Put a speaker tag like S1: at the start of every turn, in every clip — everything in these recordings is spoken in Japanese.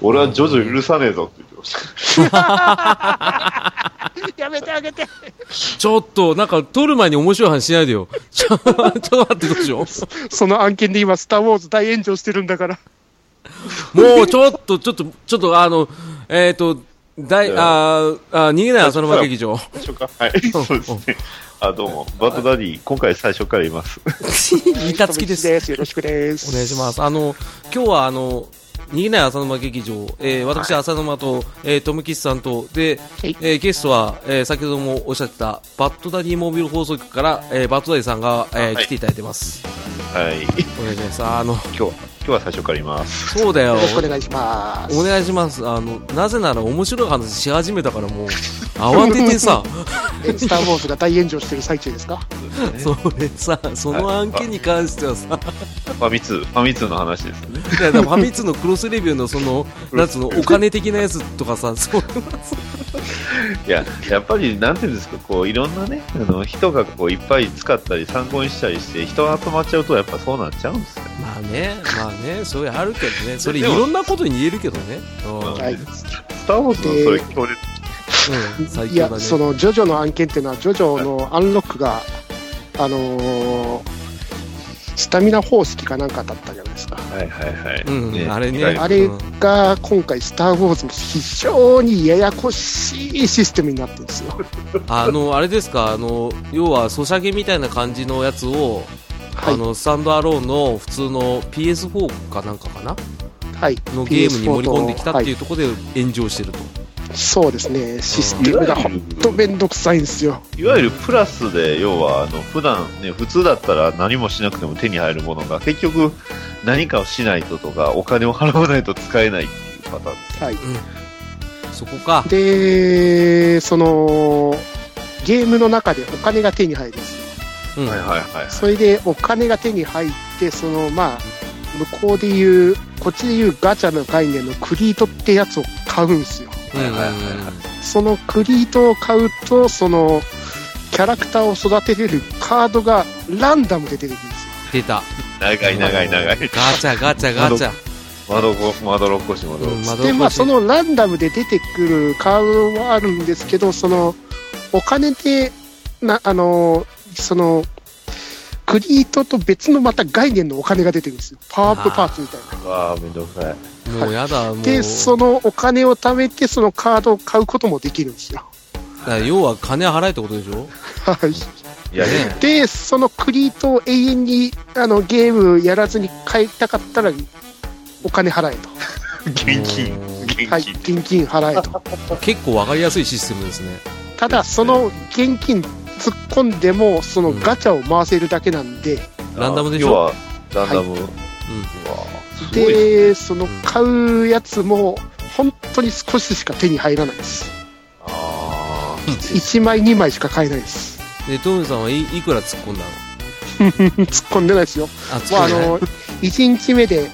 S1: 俺はジョジョ許さねえぞって言ってました。
S2: やめてあげて
S3: ちょっと、なんか、撮る前に面白い話しないでよ。 ちょ、ちょっと待って、どうしよう。
S2: その案件で今、スター・ウォーズ大炎上してるんだから。
S3: もう、ちょっと、ちょっと、ちょっと、あの、えっ、と、だい、あーあー、逃げない朝の場劇場。
S1: 最初かはい、 そうですね。あ、どうも。バッドダディ、今回最初からいます。
S3: 板付きです。
S2: です。よろしくです。
S3: お願いします。あの、今日はあの、逃げない浅沼劇場、えー私、浅沼と、えー、トムキスさんと、で、
S2: はい
S3: えーゲストは、えー先ほどもおっしゃってた、バッドダディモービル放送局から、えーバッドダディさんが、えー
S1: はい
S3: 来ていただいてます。
S1: はい。今
S3: お願いします。あの、
S1: 日は、今日は最初からいます。
S3: そうだよ
S2: よろ。しくお願いします。
S3: お願いします。あの、なぜなら面白い話し始めたからもう、慌ててさ、
S2: えスター・ウォーズが大炎上してる最中ですか
S3: それさ、その案件に関してはさ、
S1: ファミ通、ファミ通の話ですね。
S3: いやだからファミツのクロスレビューのその、なんつうの、お金的なやつとか さ、そう
S1: いや、やっぱり、なんていうんですか、こう、いろんなね、あの、人がこう、いっぱい使ったり、参考にしたりして、人が集まっちゃうと、やっぱそうなっちゃうんですよ。
S3: まあね、まあね、それあるけど ね、それい
S1: でも
S3: ろんなことに言えるけどね、うん
S2: はい
S1: スター・ウォーズのそれ強烈、
S3: うん最
S2: い
S3: 強だ
S2: や
S3: ね。、
S2: その、ジョジョの案件っていうのは、ジョジョのアンロックが、あのースタミナ方式かなんかだったじゃないですか。
S1: はいはいはい。
S3: うんあれね
S2: あれが今回、スター・ウォーズも非常にややこしいシステムになってるんですよ。
S3: あの、あれですか、あの、要は、ソシャゲみたいな感じのやつを、
S2: はい
S3: あの、スタンドアローンの普通の PS4 かなんかかな
S2: はい。
S3: のゲームに
S2: PS4
S3: 盛り込んできたっていう
S2: は
S3: ところで炎上してると。
S2: いそうですね。システムが本当めんどくさいんですよ。
S1: いわゆるプラスで、要は、あの、普段ね、普通だったら何もしなくても手に入るものが、結局、何かをしないととか、お金を払わないと使えないっていうパターンです。
S2: はい。
S3: そこか。
S2: で、その、ゲームの中でお金が手に入るんですよ。
S3: うん。
S1: はいはいはい。
S2: それでお金が手に入って、その、まあ、向こうで言う、こっちで言うガチャの概念のクリートってやつを買うんですよ。
S3: うんうんうん
S1: はいはいはいは
S2: そのクリートを買うと、その、キャラクターを育てれるカードがランダムで出てくるんですよ。
S3: 出た。
S1: 長い長い長い。
S3: ガチャガチャガチャ。
S1: まどろまどろっこしまどろっこし。
S3: 窓
S2: で、
S3: 越し
S2: まあ、そのランダムで出てくるカードもあるんですけど、その、お金で、な、あの、その、クリートと別のまた概念のお金が出てくるんですよ。パワーアップパーツみたいな。
S1: わあ、めんどくさい。
S3: もうやだ、 もう。
S2: で、そのお金を貯めて、そのカードを買うこともできるんですよ。
S3: だから要は金払えってことでしょ
S2: はい。
S1: いや、
S3: ね
S2: で、そのクリートを永遠に、あの、ゲームやらずに買いたかったら、お金払えと。
S1: 現金
S3: うん、
S1: 現
S2: はい、
S1: 金。
S2: 現金払えと。
S3: 結構わかりやすいシステムですね。
S2: ただ、その現金突っ込んでも、そのガチャを回せるだけなんで、
S3: ランダムでしょ
S1: 要は、ランダム。うわあすごい。
S2: で、その買うやつも、本当に少ししか手に入らないです。
S1: あ
S2: 1枚、2枚しか買えないです。
S3: うん。で、トムさんはい、いくら突っ込んだの
S2: 突っ込んでないですよ。
S3: あ、突
S2: もう
S3: っ込
S2: あ
S3: んでない
S2: の、1日目で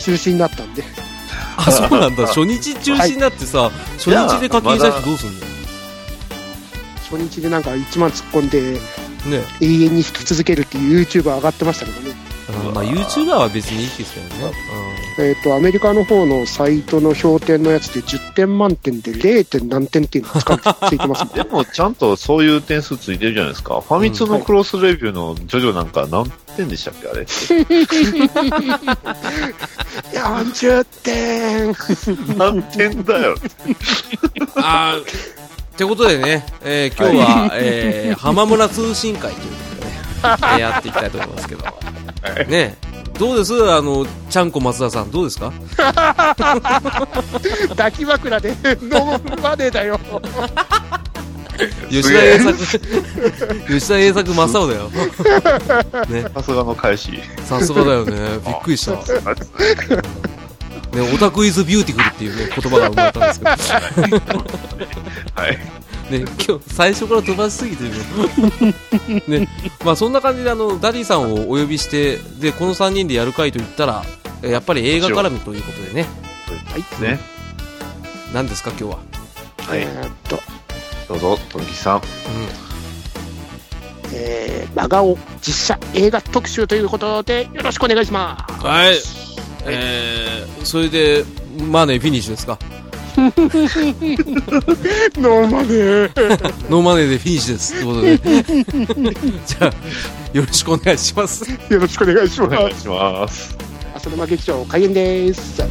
S2: 中止になったんで。
S3: あ、そうな んだ。初日中止になってさ、初日で課金した人どうすんの
S2: 初日でなんか1万突っ込んで
S3: ね。
S2: 永遠に引き続けるっていう YouTuber 上がってましたけどね。
S3: うんまあ、YouTuber は別にいいですけどね。
S2: えっとアメリカの方のサイトの評点のやつで10点満点で 0. 点何点っていうのがつかついてます もん
S1: あ。でも、ちゃんとそういう点数ついてるじゃないですか。ファミ通のクロスレビューのジョジョなんか何点でしたっけあ れ。
S2: 40点
S1: 何点だよ。
S3: あーってことでね、えー今日は、えー浜村通信会とい うことでね、えーやっていきたいと思いますけど。ね。どうですあの、ちゃんこ松田さん、どうですか
S2: 抱き枕でノーマネーだよ
S3: 吉
S1: すげ
S3: 田栄
S1: え
S3: 作、 吉田栄作真っ青だよ。ね、
S1: さすがの返し。
S3: さすがだよね。びっくりした。ね、オタクイズビューティフルっていうね、言葉が生まれたんですけど。
S1: はい。
S3: ね、今日最初から飛ばしすぎてるよね、まあそんな感じであのダディさんをお呼びしてでこの3人でやる会といったらえやっぱり映画絡みということでね
S1: はい。ね。
S3: 何ですか今日は、
S1: はい
S2: え。ーっと、
S1: どうぞ、トンキさん。
S2: えー、真顔実写映画特集ということでよろしくお願いします
S3: はいえーそれでマネーフィニッシュですか
S2: ノーマネー。
S3: ノーマネーでフィニッシュですってことで じゃあよろしくお願いします
S2: よろしくお願いし
S1: お
S2: ま
S1: 願い
S2: す。
S1: します。
S2: 浅沼劇場開演です。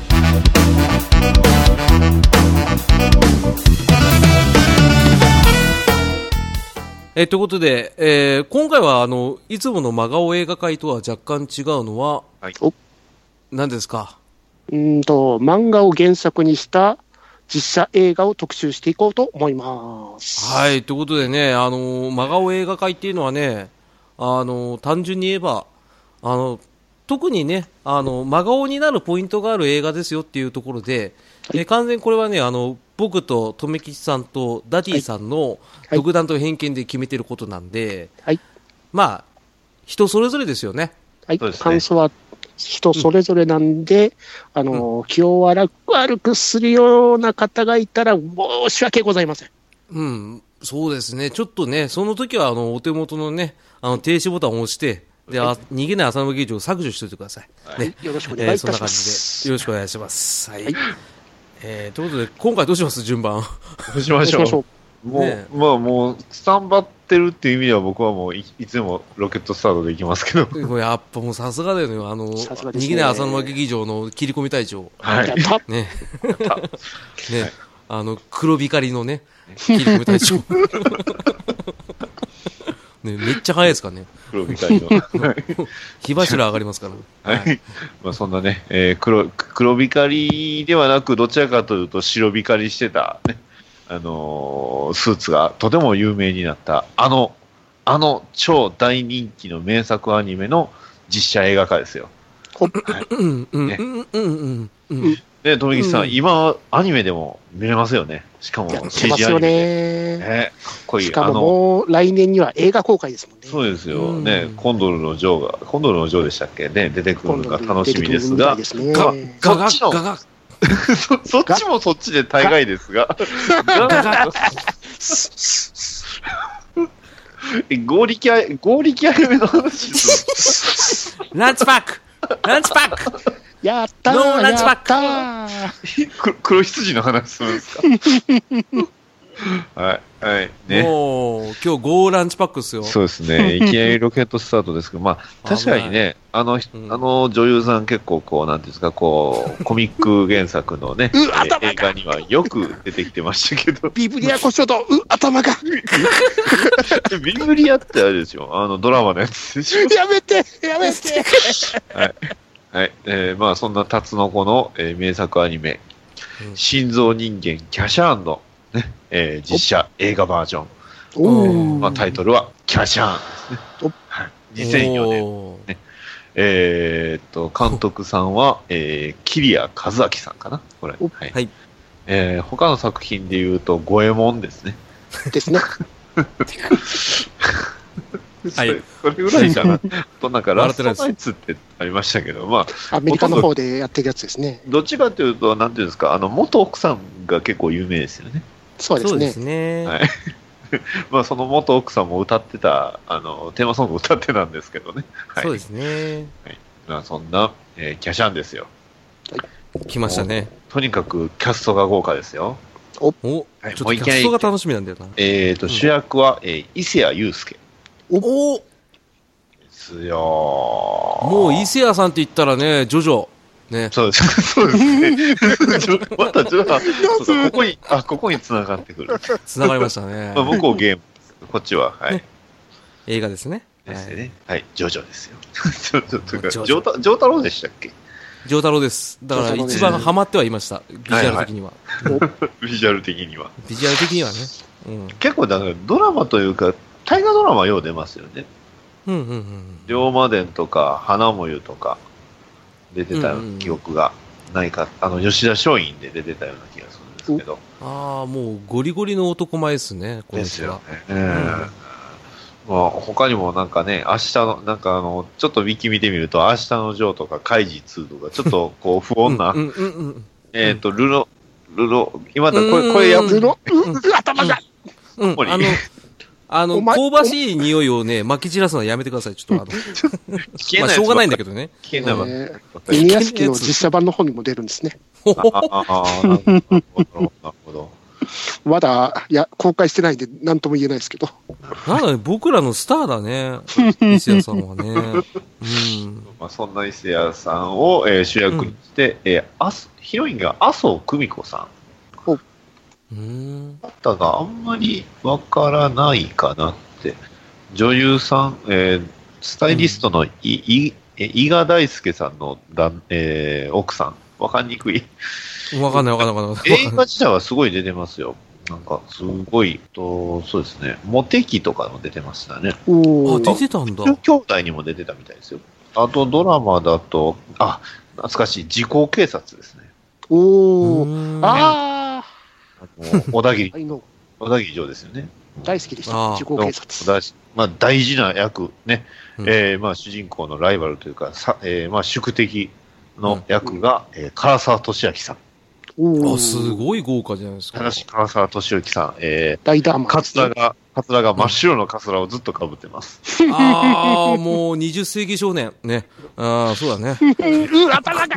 S3: えということで、えー今回はあのいつもの真顔映画会とは若干違うのは
S1: はい。
S3: 何ですか
S2: うーんと、漫画を原作にした実写映画を特集していこうと思います。
S3: はい、ということでね、あのー真顔映画界っていうのはね、あのー単純に言えば、あの特にね、あの真顔になるポイントがある映画ですよっていうところで、え完全にこれはね、あの僕と留吉さんとダディさんの
S2: い
S3: 独断と偏見で決めてることなんで、
S2: はい。
S3: まあ、人それぞれですよね。
S2: はい。
S1: そうですね
S2: 感想は人それぞれなんで、あの、気を悪く悪くするような方がいたら申し訳ございません。
S3: うん、そうですね、ちょっとね、その時はあのお手元のね、あの停止ボタンを押して、であ逃げない浅野劇場を削除しておいてください。ね
S2: よろしくお
S3: え
S2: 願い
S3: ー
S2: い
S3: そん
S2: たし
S3: な感
S2: ま
S3: じ
S2: す。
S3: でよろしくお願いします。はい。えーということで、今回どうします順番。
S1: どうしまし
S2: お願いし
S1: ょ
S2: ま
S1: う。もう、
S2: し
S3: ね
S1: まあもう、スタンバってるっていう意味では僕はもうい、いつでもロケットスタートでいきますけど。
S3: もうやっぱもうさすがだよね。あの、
S2: さすがです
S3: 逃
S2: ね
S3: げない浅沼劇場の切り込み隊長。
S2: ょ
S1: は
S2: う。
S1: い
S2: や。った
S3: ね。ね。あの、黒光りのね、切り込み隊 長。ね、めっちゃ早いですからね。
S1: 黒みたいな。 はい
S3: 火柱上がりますから。
S1: はい。 まあそんなね、えー黒、黒光りではなく、どちらかというと白光りしてた、ね、あのースーツがとても有名になった、あの、あの超大人気の名作アニメの実写映画化ですよ。
S3: うん、うん、
S1: ね
S3: うん、うん、うんうん。
S1: で、富木さん、
S3: うん
S1: 今、アニメでも見れますよね。しかも
S2: やってます
S1: CG ア
S2: よ
S1: ニメで。
S2: ね。
S1: ね、かっこいい。
S2: しか
S1: あ
S2: も
S1: の
S2: もう来年には映画公開ですもんね。
S1: そうですよ、
S3: うん
S1: ね、コンドルのジョーが、コンドルのジョーでしたっけね、出てくるのが楽しみですが、
S2: 今度出てくるみた
S3: ガ
S2: いですね
S3: ガガ
S1: そっちの
S3: ガガ
S1: そ そっちもそっちで大概ですが、
S3: ガガ
S1: え合力アイ、合力アニメの話でする
S3: ランチパックランチパック
S2: やったー
S3: ノーランチ
S2: や
S3: バッ
S2: っ
S3: ク
S2: たー
S1: 黒黒羊の話するんですかはい、はい、ね。
S3: もう、今日ゴーランチパックっすよ。
S1: そうですね。いきなりロケットスタートですけど、ま あ、確かにね、あの、
S3: うん
S1: あの女優さん結構こう、なんていうんですか、こう、コミック原作のね、
S2: う頭が
S1: え映画にはよく出てきてましたけど、
S2: ビブリア故障と、う、頭 が、
S1: ビブリアってあれですよ、あの、ドラマのやつでしょ
S2: やめて、やめて。
S1: はい。えーまあ、そんなタツノコの、えー名作アニメ、
S3: うん
S1: 心臓人間キャシャーンの、ねえー実写映画バージョン。
S3: おー
S1: まあ、タイトルは、キャシャーンですね。はい、2004年。
S3: おー
S1: えーっと、監督さんは、えー、キリア和明さんかなこれ。
S2: お
S1: はい。
S3: はい
S1: えー他の作品で言うと、五右衛門ですね。
S2: ですね。
S3: はい
S1: それ。それぐらいか な。あと、なんか、ラ
S3: 笑
S1: ス
S3: って
S1: ト
S3: ないです
S1: ナイツってありましたけど、まあ、
S2: アメリカの方でやってるやつですね。
S1: どっちかというと、なんていうんですか、あの、元奥さんが結構有名ですよね。
S2: そうで
S3: そ
S2: す
S3: うで
S2: ね
S3: す。ね。
S1: はいまあ、その元奥さんも歌ってた、あの、テーマソング歌ってたんですけどね。はい。
S3: そうですね。
S1: まあ、そんな、えーキャシャンですよ。
S3: 来ましたね。
S1: とにかくキャストが豪華ですよ。
S3: お、
S1: はい
S3: ちょっ
S1: も
S3: と
S1: う
S3: キ
S1: 一
S3: ャ
S1: 回
S3: ストが楽しみなんだよな。
S1: えっ、と、
S3: うん
S1: 主役は、えー伊勢谷友介
S3: お
S1: ですよ。も
S3: もう伊勢谷さんって言ったらね、ジョジョ。ね。
S1: そうです。そうですね。 ちょまた、ちょっと、そうそうここに、あ、ここに繋がってくる。
S3: 繋がりましたね
S1: まあ、。向こうゲーム、こっちは、はい。
S3: 映画ですね。は
S1: ですよ
S3: い
S1: ね。はい、ジョジョですよ。 ちょちょというか
S3: ジョジ
S1: ジョータジョータロウでしたっけ
S3: ジョータロです。だから
S2: ジョータロ
S3: 一
S2: です
S3: 番ハマってはいました。ビジュアル的には。
S1: ビジュアル的には。
S3: ビジュアル的にはね。うん。
S1: 結構だからドラマというか、大河ドラマはよう出ますよね。
S3: うんうんうん。
S1: 龍馬伝とか、花もゆとか、出てた
S3: うんうんうん
S1: 記憶がないか、あの、吉田松陰で出てたような気がするんですけど。
S3: ああ、もうゴリゴリの男前ですね、この
S1: です
S3: 人
S1: よ
S3: は
S1: ね。。ええまあ、他にもなんかね、明日の、なんかあの、ちょっとウィキ見てみると、明日のジョーとか、カイジ2とか、ちょっとこう、不
S3: う
S1: 穏
S3: ん
S1: な、
S3: うんうんうん。
S1: えっと、ルロ、ルロ、今だ、こ
S3: うん
S1: れ、これや
S3: うん
S1: ぶ
S2: ず
S1: る
S2: の、う、頭が。
S3: うん、
S1: ここに
S3: あの、あの、
S2: お前
S3: 香ばしい匂いをね、撒き散らすのはやめてください。ちょっとあの、まあ、しょうがないんだけ
S1: ど。
S3: どね。
S1: 危険なわ。
S2: えー犬屋敷の実写版の方にも出るんですね。
S1: ああああ、なるほど、なるほど。
S2: まだ、いや、公開してないんで、なんとも言えないですけど。
S3: なんだね、僕らのスターだね。伊勢谷さんはね。うん。
S1: まあ、そんな伊勢谷さんを、えー主役にして、えーあすヒロインが麻生久美子さ
S3: うん。
S1: んだったがあんまりわからないかなって女優さん、えースタイリストのい、いえ伊賀大輔さんの旦、えー奥さんわかんにくい
S3: わかんないわかんないわかんない。
S1: 映画自体はすごい出てますよなんかすごいとそうですねモテ期とかも出てましたね
S2: お
S3: あ、出
S2: ー
S3: てたんだ。
S1: 中兄弟にも出てたみたいですよあとドラマだとあ懐かしい時効警察ですね
S2: おー
S3: うん
S2: ああ、
S1: あの小田切
S2: あ、の、
S1: 小田切城ですよね。
S2: 大好きでした
S3: あー。
S2: 地方警察。
S1: だしまあ、大事な役、ね
S3: うん
S1: えーまあ、主人公のライバルというか、さえーまあ、宿敵の役が、えー唐沢俊明さん、
S2: お
S3: あ、す
S2: い。
S3: ごい豪華じゃないですか。
S1: 正しく唐沢俊明さん、え
S2: ライダーマ
S1: ー、
S2: ン。
S1: カツラがカツラが真っ白のカツラをずっとかぶって ます。
S3: ああ、もう20世紀少年。ね。ああ、そうだね。
S2: うわ、頭が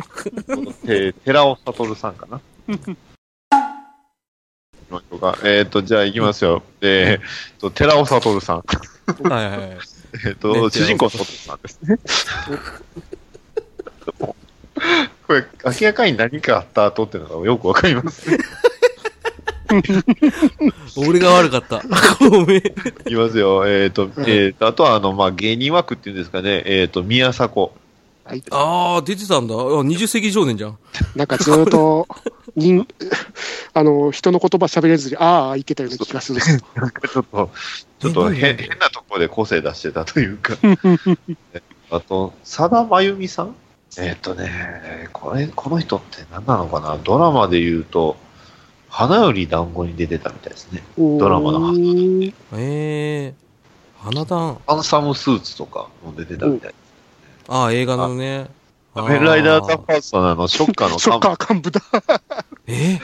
S1: えー寺尾悟さんかな。行きましょうかえっ、と、じゃあ行きますよ。えー、と寺尾悟さん、
S3: はいはいはい。
S1: えっ、
S3: ね
S1: と、主人公のお父さんですね。 これ、明らかに何かあった後っていうのがよくわかります。
S3: 俺が悪かった。ごめん。
S1: いきますよ。えっ、と、えーと、あとは、あの、まあ、芸人枠っていうんですかね、えっ、と、宮迫。
S2: はい。
S3: ああ、出てたんだ。あ20世紀少年じゃん。
S2: なんかずっと、人、 あの、人の言葉喋れずに、ああ、言ってたような気がする。
S1: なんかちょっと、ちょっと
S3: え
S1: 変
S3: なんで
S1: 変なところで個性出してたというか。あと、さだまゆみさんえっ、とね、これ、この人って何なのかなドラマで言うと、花より団子に出てたみたいですね。ドラマだ
S2: おー
S3: ええ花壇。
S1: アンサムスーツとかも出てたみたい。
S3: ああ、映画のね。あ
S1: 仮面ライダーザ・
S3: ー
S1: ファーストのあの、ショッカーの
S2: ショッ
S1: 幹
S2: カー幹部だ。
S3: え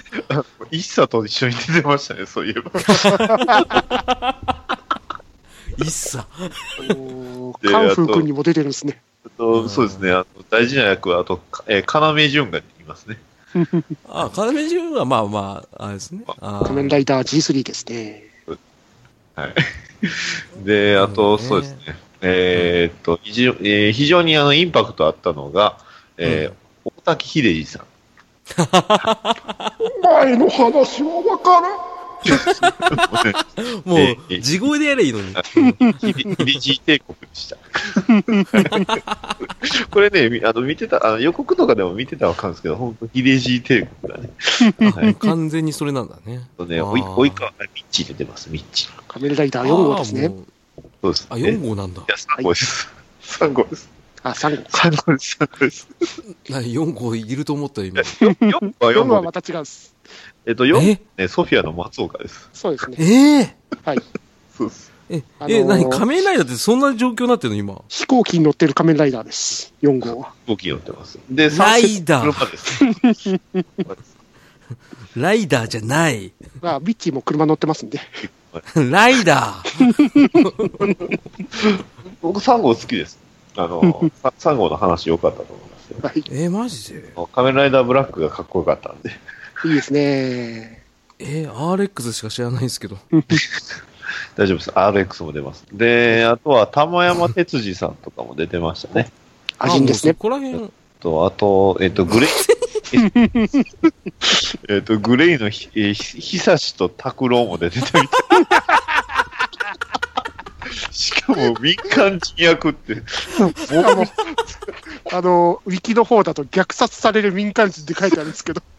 S1: 部一茶と一緒に出てましたね、そういえば。
S3: ー、いっさ。
S2: おー
S1: で
S2: カンフー君にも出てるんですね。
S1: えっとそうですね、あの大事な役は、あと、かえー、要潤がいますね。
S3: あ、カメジュはまあまあ、あれですね。あ
S2: 仮面ライダー G3 ですね。
S1: で、あと、
S3: うん
S1: そうですね、えーっと、非常えー非常にあのインパクトあったのが、えー大滝秀治さん。
S2: 前の話はわから
S3: も
S1: え
S3: う、
S1: え
S3: 地声でやればいいのに。
S1: ヒリジー帝国で した。これね、みあの見てたあの予告とかでも見てたらわかるんですけど、本当ヒデジー帝国 だね。はい、あ
S3: 完全にそれなんだね。
S1: とね、
S3: あー
S1: おいおいか、ミッチー出てます、ミッチー。
S2: ん。仮面ライダー4号です
S3: あ
S2: ね
S3: ー。もう
S1: そうです、ね。
S3: あ、
S1: い
S3: 4号なんだ。
S1: や、3号です。3号です。
S2: あ、3号。
S1: 3号です。3号です。
S3: な4号いると思ったよ、今。
S1: 4号は
S2: 4
S1: 4
S2: 号は
S1: 号で
S2: また違うんです。
S1: す。えっと、4
S3: え
S1: ね、ソフィアの松岡です。
S2: そうですね。
S3: ええ
S2: はい。
S1: そうです。
S3: え、
S2: あの
S3: え、
S2: ー
S3: 何仮面ライダーってそんな状況になってるの今。
S2: 飛行機に乗ってる仮面ライダーです。4号は。
S1: 飛行機に乗ってます。で、
S3: ライダー
S1: 車です。
S3: ライダーじゃない。
S2: まあ、ビッチーも車乗ってますんで。
S3: ライダー。
S1: 僕3号好きです。あの、3号の 話良かったと思いますよ。
S2: はい。い
S3: えマジで
S1: 仮面ライダーブラックがかっこよかったんで。
S2: いですね。
S3: え RX しか知らないんですけど。
S1: 大丈夫です。RX も出ます。で、あとは玉山哲司さんとかも出てましたね。
S2: アジンです
S3: あ
S2: ね
S3: もうそ。こら辺、
S1: と、あと、えっ、と、グレイ、えっと、グレイのひ、えーひ、ひさしと拓郎も出てたみたい。しかも民間人役って、
S2: あの、ウィキの方だと虐殺される民間人って書いてあるんですけど。
S3: うん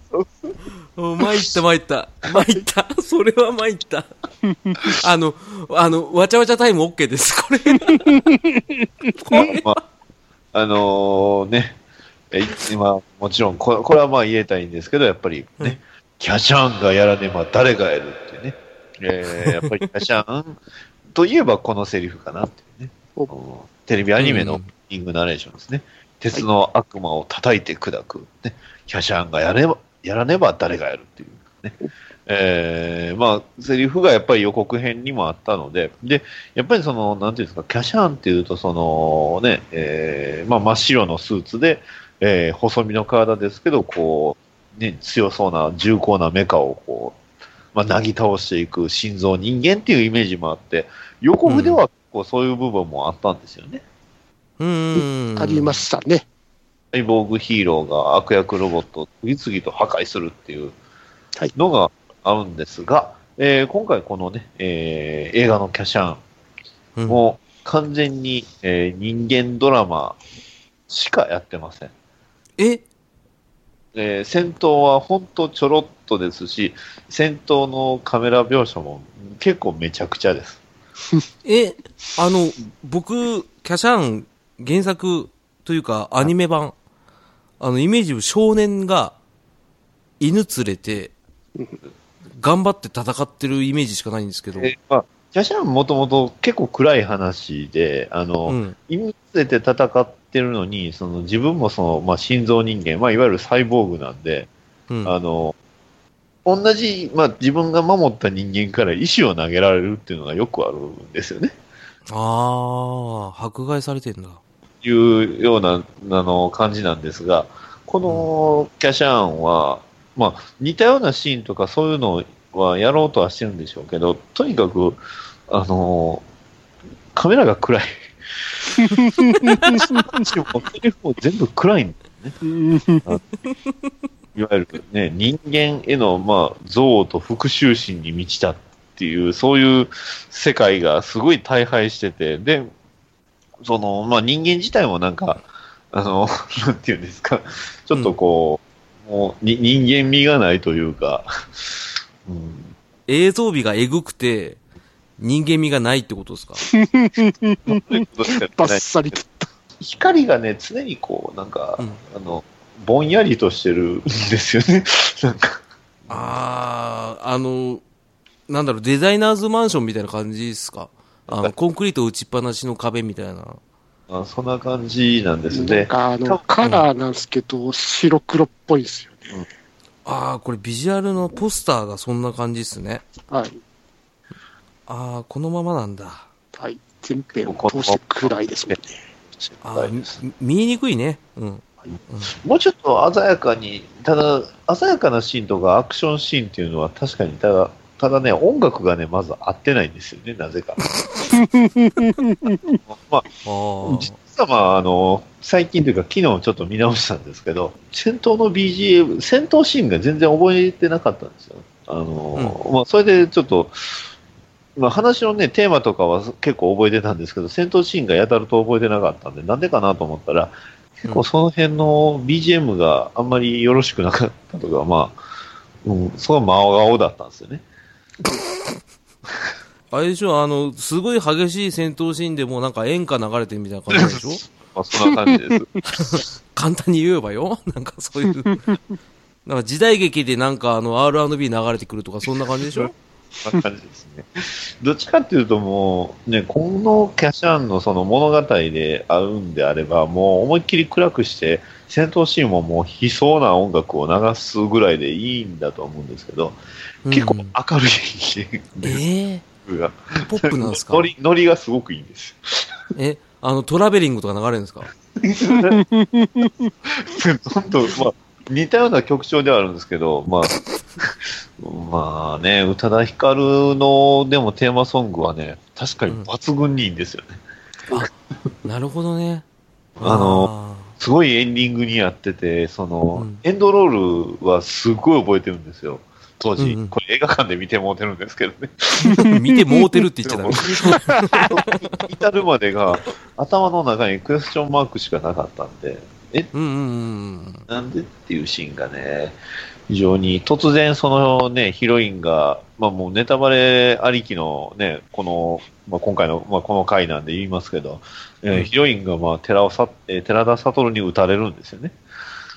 S3: 参った参った。参った。 それは参った。 あの、あの、わちゃわちゃタイム OK です。これ。
S1: まあ、あのね、え今、もちろんこ、これはまあ言えたいんですけど、やっぱりね、
S3: うん
S1: キャシャンがやらねば誰がやるっていうね、えーやっぱりキャシャンといえばこのセリフかなっていうね、
S2: お
S1: テレビアニメの
S3: う
S1: オ
S3: ん
S1: ープニングナレーションですね、鉄の悪魔を叩いて砕く、ね、キャシャンがやればやらねば誰がやるっていう、ね。えー、まあ、セリフがやっぱり予告編にもあったので、で、やっぱりその、なんていうんですか、キャシャンっていうと、そのね、えー、まあ真っ白のスーツで、えー、細身の体ですけど、こう、ね、強そうな重厚なメカをこう、まあ、なぎ倒していく心臓人間っていうイメージもあって、予告ではこうそういう部分もあったんですよね。
S3: うん。
S2: ありました ね。
S1: サイボーグヒーローが悪役ロボットを次々と破壊するっていう
S2: はい
S1: のがあるんですが、えー今回このね、えー映画のキャシャ
S3: うん
S1: ンも完全に、えー人間ドラマしかやってません。
S3: え
S1: えー戦闘は本当ちょろっとですし、戦闘のカメラ描写も結構めちゃくちゃです。
S3: えあの、僕、キャシャン原作というかアニメ版、あの、イメージを少年が犬連れて、頑張って戦ってるイメージしかないんですけど。
S1: えーまあ、キャシャンもともと結構暗い話で、あの、
S3: うん。
S1: 犬連れて戦ってるのに、その自分もその、まあ、心臓人間、まあ、いわゆるサイボーグなんで、
S3: うん。
S1: あの、同じ、まあ、自分が守った人間から石を投げられるっていうのがよくあるんですよね。
S3: ああ、迫害されてんだ。
S1: いうような、あの、感じなんですが、このキャシャーンは、まあ、似たようなシーンとかそういうのはやろうとはしてるんでしょうけど、とにかく、あの、カメラが暗い。話もセリフも全部暗いん
S2: うん
S1: いわゆるね、人間への、まあ、憎悪と復讐心に満ちたっていう、そういう世界がすごい大敗してて、で、その、まあ人間自体もなんか、あの、 なんていうんですか、ちょっとこう、もうに人間味がないというか、うん、
S3: 映像美がえぐくて、人間味がないってことですか
S1: そういうことしかやってな
S2: バ
S1: い
S2: ッサリ切った。
S1: 光がね、常にこう、なんか、
S3: うん
S1: あの、ぼんやりとしてるんですよね。 なんか、
S3: ああ、あの、なんだろう、デザイナーズマンションみたいな感じですかあの、コンクリート打ちっぱなしの壁みたいな。
S1: あそんな感じなんです
S2: な
S1: ね
S2: ん。かあ
S1: 多
S2: の
S1: 分
S2: カラーなんですけど、白黒っぽいですよね。
S3: ああ、これビジュアルのポスターがそんな感じですね。
S2: はい。
S3: ああ、このままなんだ。
S2: はい。全編を通して暗いですもんね。
S3: あーみ見えにくいね。うん。
S1: もうちょっと鮮やかに、ただ、鮮やかなシーンとかアクションシーンっていうのは確かに、ただ、ただね、音楽がね、まず合ってないんですよね、なぜか。まあ、
S3: あー
S1: 実はまあ、あの、最近というか昨日ちょっと見直したんですけど、戦闘の BGM、戦闘シーンが全然覚えてなかったんですよ。あの、まあ、それでちょっと、まあ、話のね、テーマとかは結構覚えてたんですけど、戦闘シーンがやたらと覚えてなかったんで、なんでかなと思ったら、結構その辺の BGM があんまりよろしくなかったとか、まあ、うん、その真顔だったんですよね。
S3: あれでしょあの、すごい激しい戦闘シーンでもうなんか演歌流れてるみたいな感じ でしょ
S1: まあ、そんな感じです。
S3: 簡単に言えばよ。 なんかそういう。なんか時代劇でなんかあの R&B 流れてくるとかそんな感じでしょ
S1: そんな感じですね。どっちかっていうともう、ね、このキャシャンのその物語で合うんであれば、もう思いっきり暗くして、戦闘シーンももう悲壮な音楽を流すぐらいでいいんだと思うんですけど、 結構
S3: う
S1: 明
S3: ん
S1: るい
S3: え
S1: です
S3: え
S1: 僕が。
S3: ポップなんですか
S1: ノリノリがすごくいいんです。
S3: え、あの、トラベリングとか流れるんですか
S1: 本当、まあ、似たような曲調ではあるん ですけど、まあ、まあね、宇多田ヒカルの、でもテーマソングはね、確かに抜群にいいんですよね。
S3: なるほどね。
S1: あのすごいエンディングにやってて、その、
S3: うん
S1: エンドロールはすごい覚えてるんですよ。当時、
S3: うんうん
S1: これ映画館で見てもうてるんですけどね。
S3: あー見てもうてるって言っち
S1: で
S3: ゃダ
S1: も
S3: メ。
S1: 至るまでが頭の中にクエスチョンマークしかなかったんで、
S3: うんうんうんうん。
S1: なんでっていうシーンがね、非常に突然そのね、ヒロインが、まあもうネタバレありきのね、この、まあ今回の、まあこの回なんで言いますけど、えー
S3: うん
S1: ヒロインがまあ寺尾さ、えー寺田悟に撃たれるんですよね。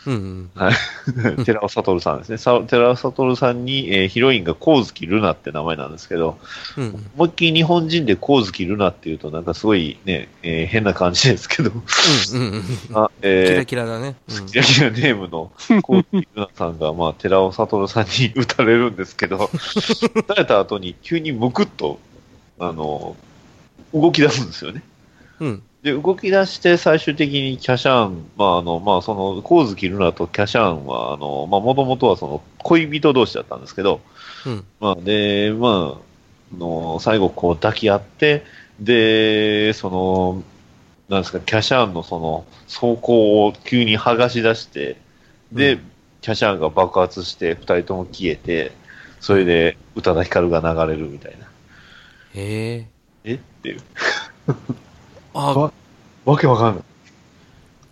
S3: うんうん。
S1: 寺尾悟さんですね。さ寺尾悟さんに、えーヒロインが光月ルナって名前なんですけど、
S3: うんうん。
S1: 思いっきり日本人で光月ルナっていうとなんかすごいね、えー変な感じですけど、
S3: うんうんうん。
S1: あえー
S3: キラキラだね。うん
S1: キラキラネームのコーヒールナさんが、まあ、寺尾悟さんに打たれるんですけ ど、打たれた後に急にむくっと、あの、動き出すんですよね。
S3: うん。
S1: で、動き出して最終的にキャシャン、まあ、あの、まあ、その、光月ルナとキャシャンは、あの、まあ、もともとはその、恋人同士だったんですけど、
S3: うん。
S1: まあ、で、まあ、あの最後こう抱き合って、で、その、なんですか、キャシャンのその、走行を急に剥がし出して、で、
S3: うん
S1: キャシャンが爆発して、二人とも消えて、それで、宇多田ヒカルが流れるみたいな。
S3: へえ。
S1: えっていう。
S3: あ
S1: わ、わけわかんない。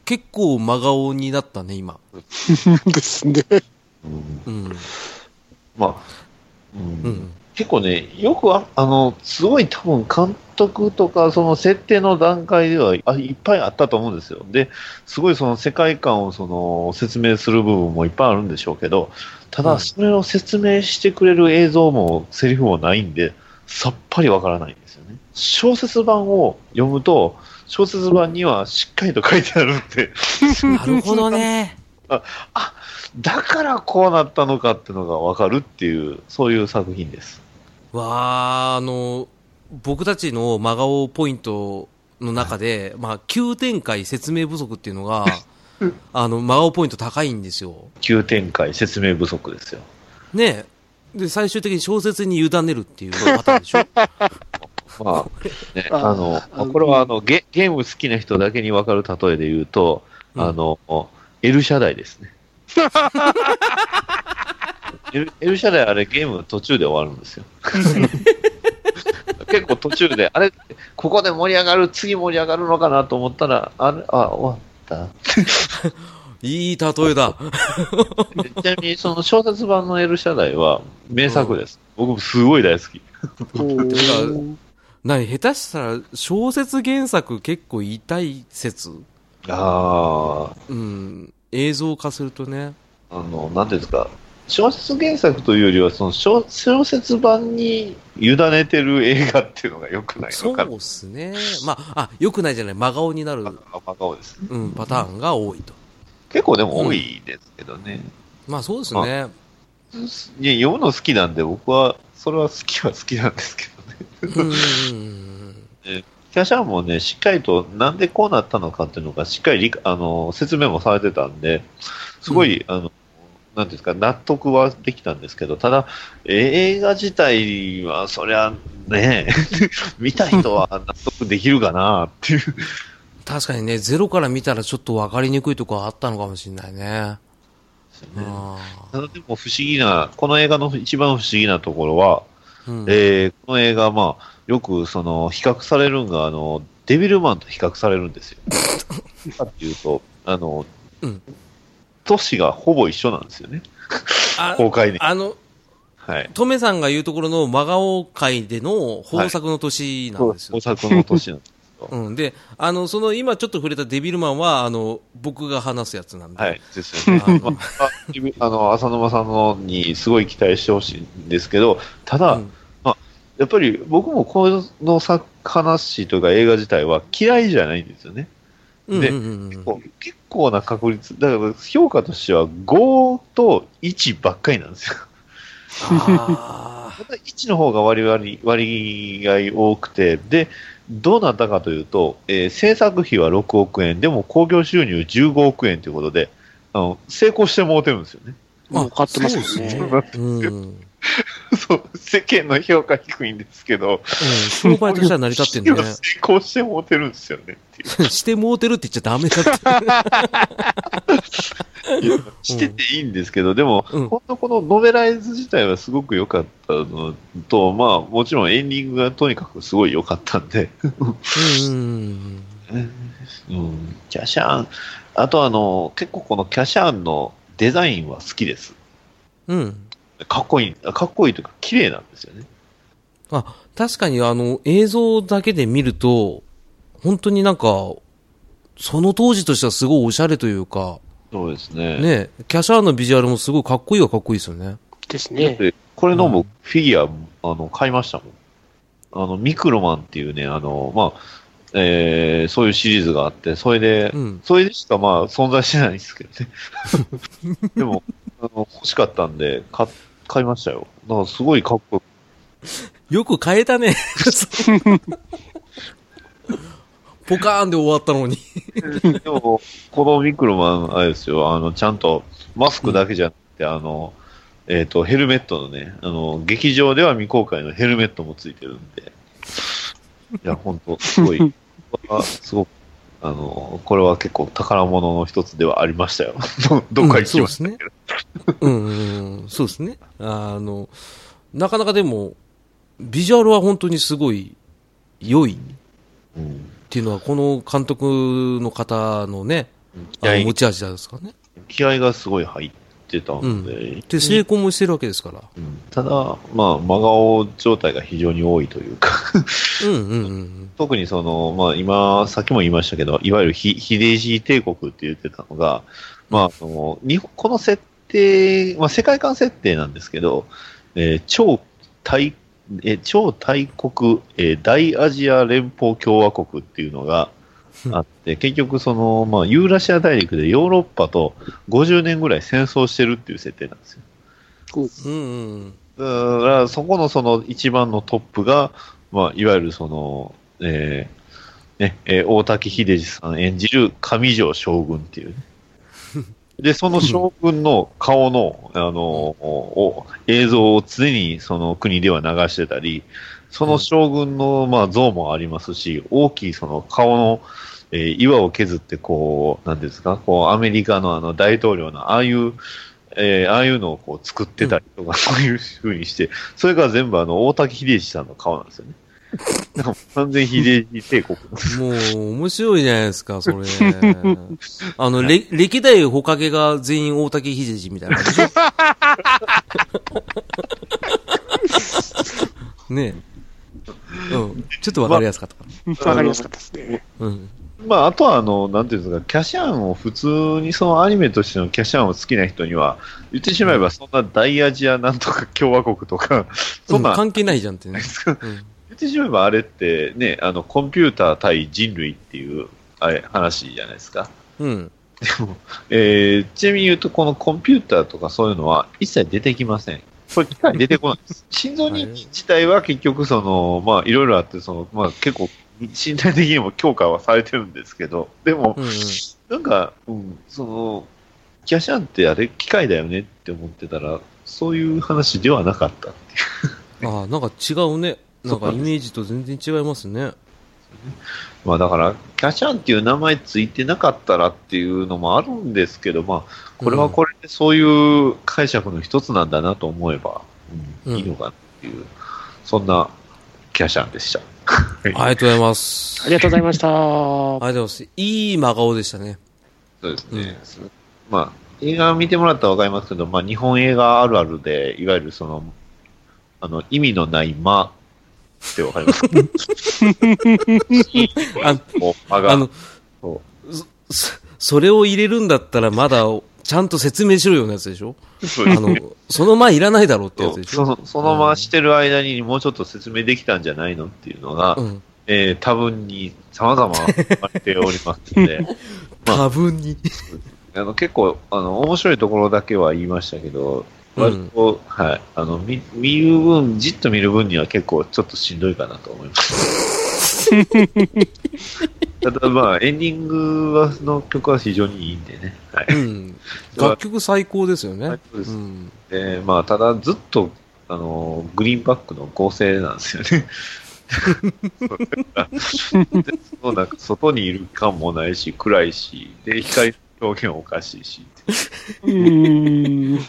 S3: 結構真顔になったね、今。
S2: ですね。
S1: うん、
S3: うん。
S1: まあ、うん
S3: うん。
S1: 結構ね、よくあ、あの、すごい多分監督とか、その設定の段階ではあいっぱいあったと思うんですよ。で、すごいその世界観をその説明する部分もいっぱいあるんでしょうけど、た
S3: う
S1: だ
S3: ん
S1: それを説明してくれる映像もセリフもないんで、さっぱりわからないんですよね。小説版を読むと、小説版にはしっかりと書いてあるんで、
S3: なるほどね。
S1: だからこうなったのかっていうのがわかるっていう、そういう作品です。
S3: わあ、あの、僕たちの真顔ポイントの中で、まあ、急展開説明不足っていうのが、あの、真顔ポイント高いんですよ。
S1: 急展開、説明不足ですよ。
S3: ねえ。で、最終的に小説に委ねるっていうパターンでしょ
S1: まあ、ね、
S2: あ
S1: あの、
S2: あ
S1: これはあのゲゲーム好きな人だけに分かる例えで言うと、
S3: うん
S1: あの、エルシャダイですね。エルエルシャダイあれゲーム途中で終わるんですよ。結構途中で、あれ、ここで盛り上がる、次盛り上がるのかなと思ったら、あれ、あ、終わっ
S3: いい例えだ。
S1: た。でちなみに、その小説版のエルシャダイは名作です。僕もすごい大好き。
S2: おー
S3: なに、下手したら小説原作結構痛い説
S1: ああ、
S3: うん。映像化するとね。
S1: あの、なんていうんですか、小説原作というよりは、その小小説版に委ねてる映画っていうのが良くない
S3: そ
S1: のか
S3: うっすね。まあ、あ、良くないじゃない、真顔になる、
S1: あ真顔ですね
S3: うん、パターンが多いと。
S1: 結構でも多いですけどね。
S3: まあ、そうですね。
S1: いや読むの好きなんで、僕は、それは好きは好きなんですけどね。
S3: うんうんうん。
S1: キャシャンもね、しっかりと、なんでこうなったのかっていうのが、しっかり理解あの説明もされてたんで、すごい、あの、なんていうんですか、納得はできたんですけど、ただ、映画自体は、そりゃ、ね、 見た人は納得できるかなっていう。
S3: 確かにね、ゼロから見たらちょっと分かりにくいとこあったのかもしれないね。あ
S1: ただでも不思議な、この映画の一番不思議なところは、
S3: ーうん
S1: えーこの映画、まあ、よくその比較されるんがあの、デビルマンと比較されるん ですよ。かっていうと、あの、
S3: うん
S1: 都市がほぼ一緒なんですよね、
S3: あ
S1: 公開年。
S3: あの、
S1: はい。
S3: トメさんが言うところの真顔界での豊作の年なんですよ
S1: 大。阪の都市 なんです。
S3: うん、で、あの、その今ちょっと触れたデビルマンは、あの、僕が話すやつなんで。
S1: はい、ですよね。
S3: あの
S1: まあ、あの浅沼さんのにすごい期待してほしいんですけど、ただ、
S3: うん
S1: やっぱり僕もこの作話というか映画自体は嫌いじゃないんですよね。
S3: うん
S1: で
S3: うんうんうん
S1: こう結構な確率、だから評価としては5と1ばっかりなん ですよ。
S3: あ
S1: ただ1の方が割り割り割りが多くて、で、どうなったかというと、えー制作費は6億円、でも興行収入15億円ということで、あの成功してもうてるんですよね。
S3: あ
S2: もう買ってますよ
S3: そうです
S2: ね。
S3: ねーうん。
S1: そう、世間の評価低いんですけど、
S3: うん商売としては成り立 ってんだね
S1: 企業。成功してもうてるんですよねっていう。
S3: してもうてるって言っちゃダメだって。
S1: いやしてていいんですけど、でも、
S3: うん
S1: 本当このノベライズ自体はすごく良かったのと、まあ、もちろんエンディングがとにかくすごい良かったんで、
S3: うんうん
S1: うん、キャシャーン、あとあの、結構このキャシャーンのデザインは好きです。
S3: うん。うん。
S1: かっこいい、かっこいいというか、綺麗なんですよね。
S3: あ、確かにあの、映像だけで見ると、本当になんか、その当時としてはすごいおしゃれというか、
S1: そうですね。
S3: ね、キャシャーのビジュアルもすごいかっこいいはかっこいいですよね。
S2: です
S1: だっ
S2: ね。
S1: てこれの
S3: う
S1: も
S3: ん
S1: フィギュア、あの、買いましたもん。あの、ミクロマンっていうね、あの、まあ、えー、そういうシリーズがあって、それで、
S3: うん。
S1: それでしかまあ存在してないんですけど ね。でも、あの欲しかったんで、買、買いましたよ。なんかすごいかっこよ
S3: よく変えたね。 ポカーンで終わったのに。
S1: くてでも、このミクロマン、あれですよ、あの、ちゃんとマスクだけじゃなくて、あの、えっ、と、ヘルメットのね、あの、劇場では未公開のヘルメットもついてるんで、いや、ほんと、すご い、あすごく、あの、これは結構宝物の一つではありましたよ。どどっか行きましたけど。
S3: うんうんうん、そうですね。あの、なかなかでも、ビジュアルは本当にすごい良いっ
S1: うん
S3: ていうのは、この監督の方のね、
S1: 気
S3: あの
S1: 合
S3: 持ち味ですからね。
S1: 気合がすごい入ってたんで、
S3: で、成功もしてるわけですから。
S1: うんただ、まあ、真顔状態が非常に多いというか、
S3: うんうんうん。
S1: 特にその、まあ、今、さっきも言いましたけど、いわゆるひ秀吉帝国って言ってたのが、まあ、あの日本この設定、まあ、世界観設定なんですけど、えー超大えー超大国、えー大アジア連邦共和国っていうのがあって、結局その、まあ、ユーラシア大陸でヨーロッパと50年ぐらい戦争してるっていう設定なんですよ。
S3: うんうん
S1: だから、そこのその一番のトップが、まあ、いわゆるその、えーね、えー大滝秀治さん演じる上条将軍っていうね、で、その将軍の顔の、あの、を映像を常にその国では流してたり、その将軍の、まあ、像もありますし、大きいその顔の、えー岩を削って、こう、なんていうんですか、こう、アメリカのあの大統領のああいう、えーああいうのをこう作ってたりとか、そういうふうにして、それが全部あの、大滝秀治さんの顔なんですよね。なんかもう完全秀治帝国。
S3: もう、面白いじゃないで すか、それ。あの、れ歴代ほかげが全員大竹秀治みたいな感じでしょねえ。うん。ちょっとわかりやすかったか
S2: わかりやすかったですね。
S3: な。うん。
S1: まあ、あとはあの、なんていうんですか、キャシャンを普通にそのアニメとしてのキャシャンを好きな人には、言ってしまえばそんな大アジアなんとか共和国とか、そん
S3: うん
S1: な、
S3: 関係ないじゃ んってね。うん
S1: 言ってしまえばあれってね、あの、コンピューター対人類っていう、あれ、話じゃないですか。
S3: うん。
S1: えーちなみに言うと、このコンピューターとかそういうのは一切出てきません。これ、機械出てこない です。心臓認知自体は結局、その、まあ、いろいろあって、その、まあ、結構、身体的にも強化はされてるんですけど、でも、
S3: うんうん
S1: なんか、うん、その、キャシャンってあれ、機械だよねって思ってたら、そういう話ではなかったっていう。
S3: ああ、なんか違うね。なんかイメージと全然違いますね。
S1: まあだから、キャシャンっていう名前ついてなかったらっていうのもあるんですけど、まあ、これはこれでそういう解釈の一つなんだなと思えば、うん
S3: うん
S1: いいのかなっていう、そんなキャシャンでした。
S3: ありがとうございます。
S2: ありがとうございました。
S3: ありがとうございます。いい真顔でしたね。
S1: そうですね。まあ、映画見てもらったらわかりますけど、まあ、日本映画あるあるで、いわゆるその、あの、意味のない間ってわかります か
S3: あ
S1: こう間が。
S3: あの、
S1: そう
S3: そそれを入れるんだったらまだ、ちゃんと説明しろようなやつでしょ
S1: そう
S3: あの、その前いらないだろうってや
S1: そ
S3: つ
S1: う
S3: でしょ
S1: そのそのまましてる間にもうちょっと説明できたんじゃないのっていうのが、
S3: うん。
S1: えー多分に様々言われておりますの で、まあ
S3: 多分に。
S1: あの結構あの面白いところだけは言いましたけど、
S3: うん。
S1: 割と、はい、あの見見る分、じっと見る分には結構ちょっとしんどいかなと思います。ただまあ、エンディングはの曲は非常にいいんでね。はいう
S3: ん。楽曲最高ですよ
S1: 最
S3: ね。
S1: 高です
S3: うん。
S1: でまあ、ただずっと、あの、グリーンバックの合成なんですよね。でそうなんか外にいる感もないし、暗いし、で、光の表現おかしいし。
S2: うーん。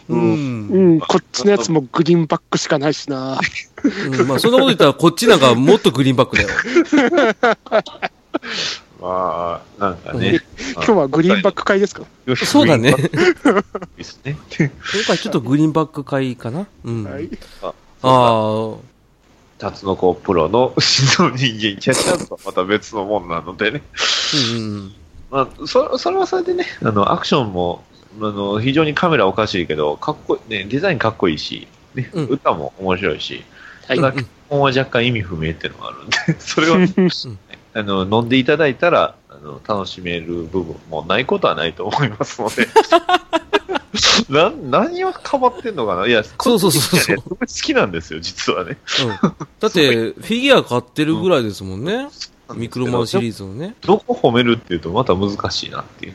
S3: う
S2: うん
S3: ん。
S2: うん、こっちのやつもグリーンバックしかないしな。
S3: うんまあ、そんなこと言ったら、こっちなんかもっとグリーンバックだよ。
S1: まあ、なんかね。
S2: 今日はグリーンバック会ですか
S1: ク。
S3: そうだね
S1: グリーンバック ですね。
S3: 今回ちょっとグリーンバック会かなうん。
S2: はい。
S3: ああ、
S1: タツノコプロの真の人間キャッチャーとはまた別のもんなのでね。
S3: うんうん。
S1: まあ、そそれはそれでね、あのアクションもあの非常にカメラおかしいけど、かっこいいね、デザインかっこいいし、ね
S3: うん
S1: 歌も面白いし、
S2: は
S1: ただ、結婚は若干意味不明っていうのがあるんで、 そ れを、あの飲んでいただいたらあの楽しめる部分もないことはないと思いますので。 な何はかばってんのかないや、
S3: そうそうそうそう
S1: こっちね好きなんですよ、実はね。
S3: うんだって、フィギュア買ってるぐらいですもんね。ミクロマンシ
S1: ーズ
S3: リーズのね。
S1: どこ褒めるっていうとまた難しいなっていう。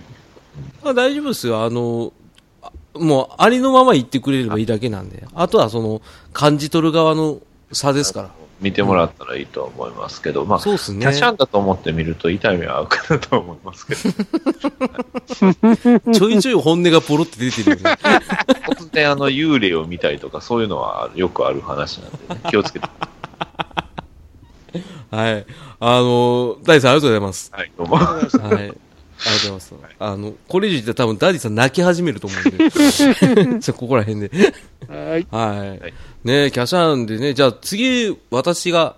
S3: まあ大丈夫ですよ。あの、あもう、ありのまま言ってくれればいいだけなんで。あとは、その、感じ取る側の差ですから。
S1: 見てもらったらいいと思いますけど、まあ、
S3: そうですね
S1: キャ。シャンだと思ってみると痛い目は合うかなと思います けど、
S3: ちょいちょい本音がポロって出てるよね。
S1: 突然あの幽霊を見たりとかそういうのはよくある話なんで ね、気をつけて。
S3: はい。あの、ダディさんありがとうございます。
S1: はい、どうも。は
S3: はい。ありがとうございます。あの、これ以上言ったら多分ダディさん泣き始めると思うんで。じゃあここら辺で。
S2: はい。
S3: はい
S1: はい。
S3: ねえキャシャンでね、じゃあ次、私が、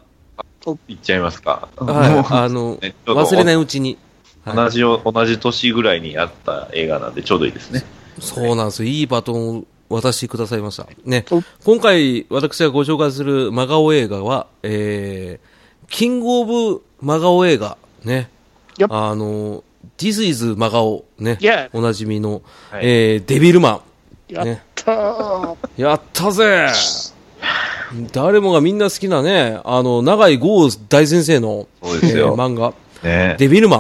S1: いっちゃいますか。も
S3: はい、
S1: う
S3: あの、
S1: ねちょうど
S3: 忘れないうちに。はい
S1: 同じよ、同じ年ぐらいにやった映画なんでちょうどいいですね。
S3: そうなんですよ。いいバトンを渡してくださいました。ね
S2: お。
S3: 今回、私がご紹介する真顔映画は、えー、キングオブ真顔映画。ね。
S2: やっ
S3: あの、This is 真顔。ね。
S2: Yeah
S3: おなじみの、
S1: はい
S3: えー、デビルマン。
S2: やっ
S3: ね。
S2: たー。
S3: やったぜ誰もがみんな好きなね、あの、長井剛大先生の、
S1: そうですよ
S3: えー漫画、
S1: ね
S3: デビルマ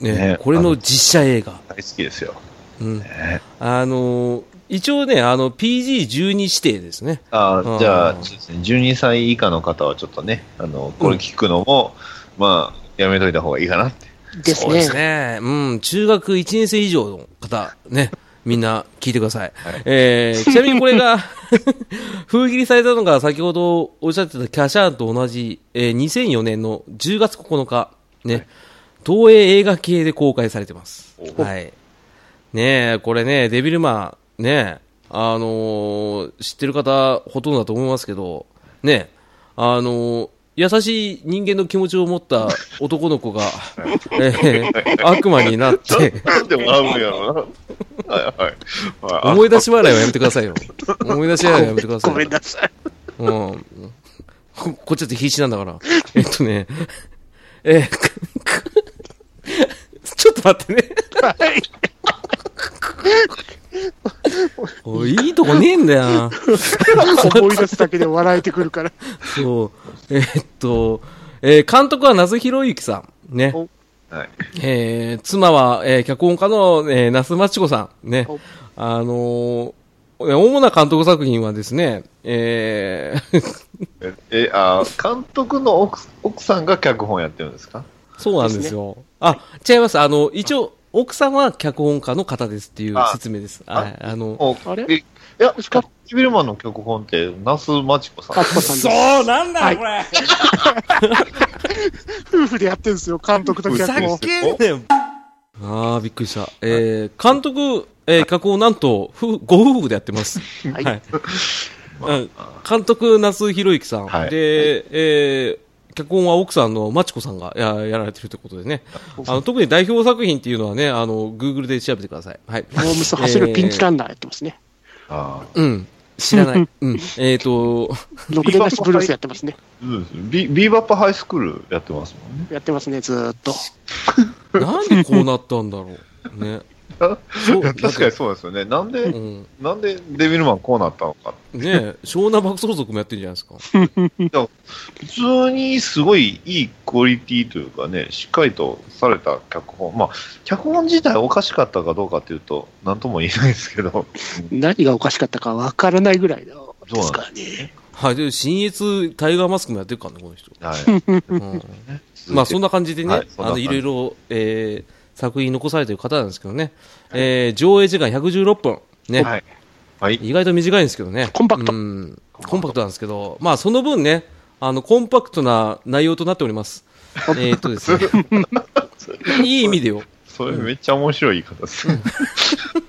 S3: ン。ね。
S1: ね
S3: これの実写映画。
S1: 大好きですよ。
S3: うん。
S1: ね
S3: あのー一応ね、あの、PG12 指定ですね。
S1: あ
S3: うん
S1: ーじゃあ、そうですね、12歳以下の方はちょっとね、あの、これ聞くのも、まあ、やめといた方がいいかなって。
S2: です
S3: で
S2: ね
S3: す。ね。うん、中学1年生以上の方、 ね、みんな聞いてください。えー、ちなみにこれが、 封切りされたのが先ほどおっしゃってたキャシャーンと同じ、えー、2004年の10月9日、ね、東映映画系で公開されてます。
S1: お
S3: はい。ねえ、これね、デビルマン、ねえ、あのー知ってる方ほとんどだと思いますけど、ねえ、あのー優しい人間の気持ちを持った男の子が、えー悪魔になって、
S1: なんで笑うんやろうな。はいはい。はい
S3: 思い出し笑いはやめてくださいよ。思い出し笑いはやめてください。
S2: ごめんなさい。
S3: うん。ここっちだって必死なんだから。えっとね、 えーくく ちょっと待ってね。
S2: はい。
S3: おいいいとこねえんだよ な。
S2: 思い出すだけで笑えてくる から。
S3: そう。えーっと、えー監督は那須博之さん。ね。
S2: お
S1: はい
S3: えー妻は、えー脚本家の、えー那須真知子さん。ね
S2: お。
S3: あのーね主な監督作品はですね、えー
S1: ええ、あ、監督の奥奥さんが脚本やってるんですか
S3: そうなんですよ。あ、違います。あの、一応、奥さんは脚本家の方ですっていう
S1: あ
S3: 説明です。
S1: あ
S3: はい。あの、
S1: お
S2: あれ
S1: えいや、しかも、ビルマンの脚本って、那須真知子さ
S2: かっ
S1: ん。
S2: こさんです。
S3: そうなんだ、
S2: はい
S3: これ
S2: 夫婦でやってるんですよ、監督と
S1: ふ
S2: 脚
S1: ざけん
S2: 本。
S3: あー、びっくりした。えー、監督、えー、脚本なんと、夫婦ご夫婦でやってます。
S2: は
S3: はい
S2: い。。
S3: うん監督、那須博之さん。
S1: はい
S3: で、えー脚本は奥さんのまちこさんがややられてるということでね。あの特に代表作品っていうのはね、あの、Google で調べてください。はい。
S2: ホームス走るピンチランナーやってますね。
S1: あ
S3: えーうん。知らない。うん。えっ、と、
S2: ろくでなしブルースやってますね。
S1: ーそうですビビーバップハイスクールやってますもんね。
S2: やってますね、ずーっと。
S3: なんでこうなったんだろう。ね。そう
S1: いや確かにそうですよね。なんで、
S3: うん。
S1: なんでデビルマンこうなったのか。
S3: ねえ、湘南爆走族もやってるじゃないですか。
S1: 普通にすごいいいクオリティというかね、しっかりとされた脚本。まあ、脚本自体おかしかったかどうかっていうと、なんとも言えないですけ ど。
S2: 何がおかしかったかわからないぐらいのですからね。
S3: はい。で、新越タイガーマスクもやってるからね、この人。
S1: はい。
S3: うん。まあそんな感じでね、
S1: はいそん
S3: あ
S1: な
S3: の
S1: 感じ
S3: いろいろ、えー作品残されてる方なんですけどね、えー上映時間116分、ね
S1: はい。はい。
S3: 意外と短いんですけどね、
S2: コンパクト
S3: うんコンパクトなんですけど、まあその分ね、あのコンパクトな内容となっております。えーっとですね、いい意味でよ、
S1: それめっちゃ面白い言い方です。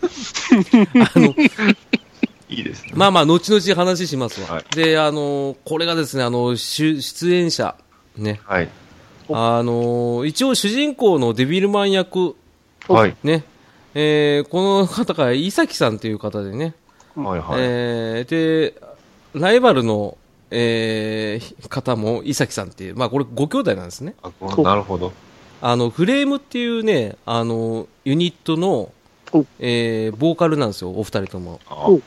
S3: あの
S1: いいですね。
S3: まあまあ、後々話しますわ。
S1: はい
S3: で、あのこれがですね、あの出出演者、ね、
S1: はい。
S3: あの一応主人公のデビルマン役
S1: はい。
S3: ね。えーこの方が、伊崎さんという方でね。
S1: はいはい。
S3: えーで、ライバルの、えー方も伊崎さんっていう、まあこれご兄弟なんですね。
S1: あこうなるほど。
S3: あの、フレームっていうね、あの、ユニットの
S2: お、
S3: えーボーカルなんですよ、お二人とも。
S1: あう
S2: お
S1: ん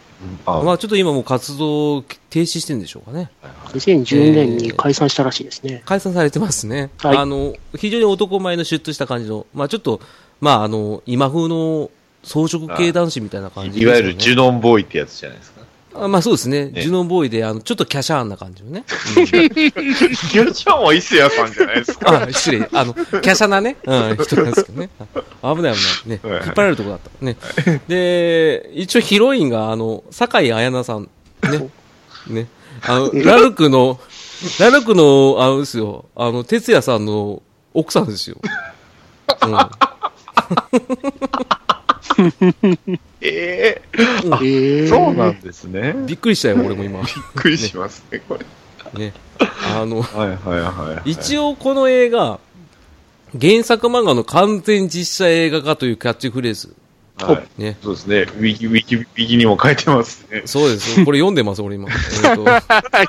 S1: あ
S3: まあちょっと今もう活動停止してるんでしょうかね。
S2: 2010年に解散したらしいですね。
S3: 解散されてますね。
S2: はい
S3: あの、非常に男前のシュッとした感じの、まあちょっと、まああの、今風の装飾系男子みたいな感じ、
S1: いわゆるジュノンボーイってやつじゃないですか。
S3: あまあそうですね。
S1: ね
S3: ジュノンボーイで、あの、ちょっとキャシャーンな感じのね。
S1: キューチョンは伊勢谷さんじゃないですか。
S3: あ、失礼。あの、キャシャなね、うん、人なんですけどね。あ危ない危ない。ね、
S1: はい
S3: 引っ張られるとこだった。ね。で、一応ヒロインが、あの、酒井彩菜さん。ね。ね。あの、ラルクの、ラルクの、あのですよ、あの、哲也さんの奥さんですよ。う
S1: え
S2: え
S1: え
S2: ー
S1: そうなんですね。
S3: ん。
S1: びっ
S3: びっくりしたよ、俺も今。
S1: くりしますね、これ。
S3: ね。あの、
S1: はいはいはい。
S3: 一応この映画、原作漫画の完全実写映画化というキャッチフレーズ。
S1: 応、はい
S3: ね。
S1: そうですね。ウィキ、ウィキ、ウィキにも書いてますね。
S3: そうです。これ読んでます、俺今。えーと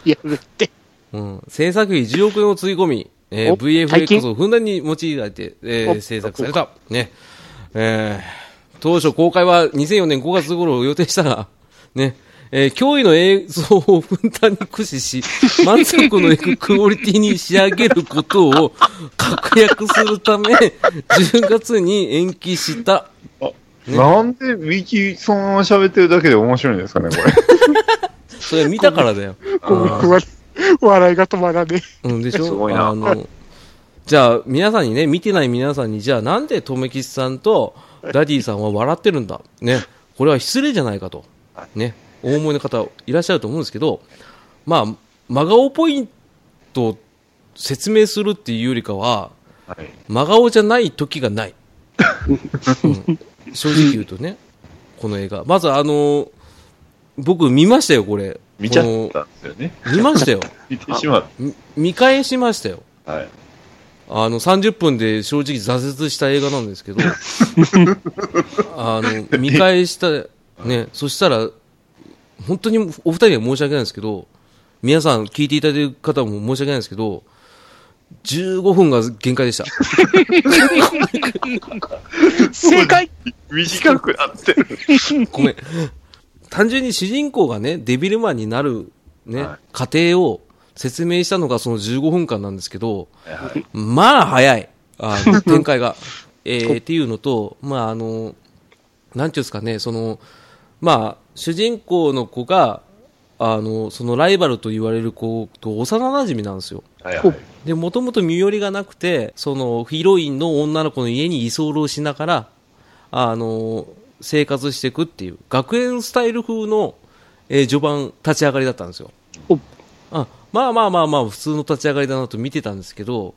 S2: やめて。
S3: うん、制作費10億円をつぎ込み、えー
S2: お最近
S3: VFX をふんだんに用いられて、えー
S2: お
S3: 制作された。ね。えー当初公開は2004年5月頃を予定したが、ね、えー驚異の映像をふんだんに駆 使し、満足のいくクオリティに仕上げることを 確約するため、10月に延期した。
S1: なんでウィキそのまま喋ってるだけで面白いんですかね、こ れ。
S3: それ見たからだよ。
S2: ごめん
S3: あー
S2: わ笑いが止まらね
S3: うんでしょ
S1: すごいな
S3: あの、じゃあ、皆さんにね、見てない皆さんに、じゃあなんで、とめきちさんとダディさんは笑ってるんだ。ね。これは失礼じゃないかと。ね。大思いの方いらっしゃると思うんですけど、まあ、真顔ポイントを説明するっていうよりかは、
S1: はい
S3: 真顔じゃない時がない。うん正直言うとね、この映画。まずあの、僕見ましたよ、これ。
S1: 見ちゃ
S3: こ
S1: っ
S3: の
S1: たんですよね。
S3: 見ましたよ。
S1: 見てしまっ
S3: み見返しましたよ。
S1: た。はい。
S3: あの、30分で正直挫折した映画なんですけど、あの、見返した、ね、そしたら、本当にお二人には申し訳ないんですけど、皆さん聞いていただいてる方も申し訳ないんですけど、15分が限界でした。
S2: 正解
S1: 短くなってる。
S3: ごめん。単純に主人公がね、デビルマンになる、ね、
S1: は
S3: 過程を説明したのがその15分間なんですけど、
S1: はい
S3: まあ、早い。あの、展開が。えー、っていうのと、まあ、あの、なんていうんですかね、その、まあ、主人公の子が、あの、そのライバルと言われる子と幼馴染なんですよ。
S1: はいはい。
S3: で、もともと身寄りがなくて、その、ヒロインの女の子の家に居候しながら、あの、生活していくっていう、学園スタイル風の、えー序盤、立ち上がりだったんですよ。
S2: お
S3: あまあまあまあまあ、普通の立ち上がりだなと見てたんですけど、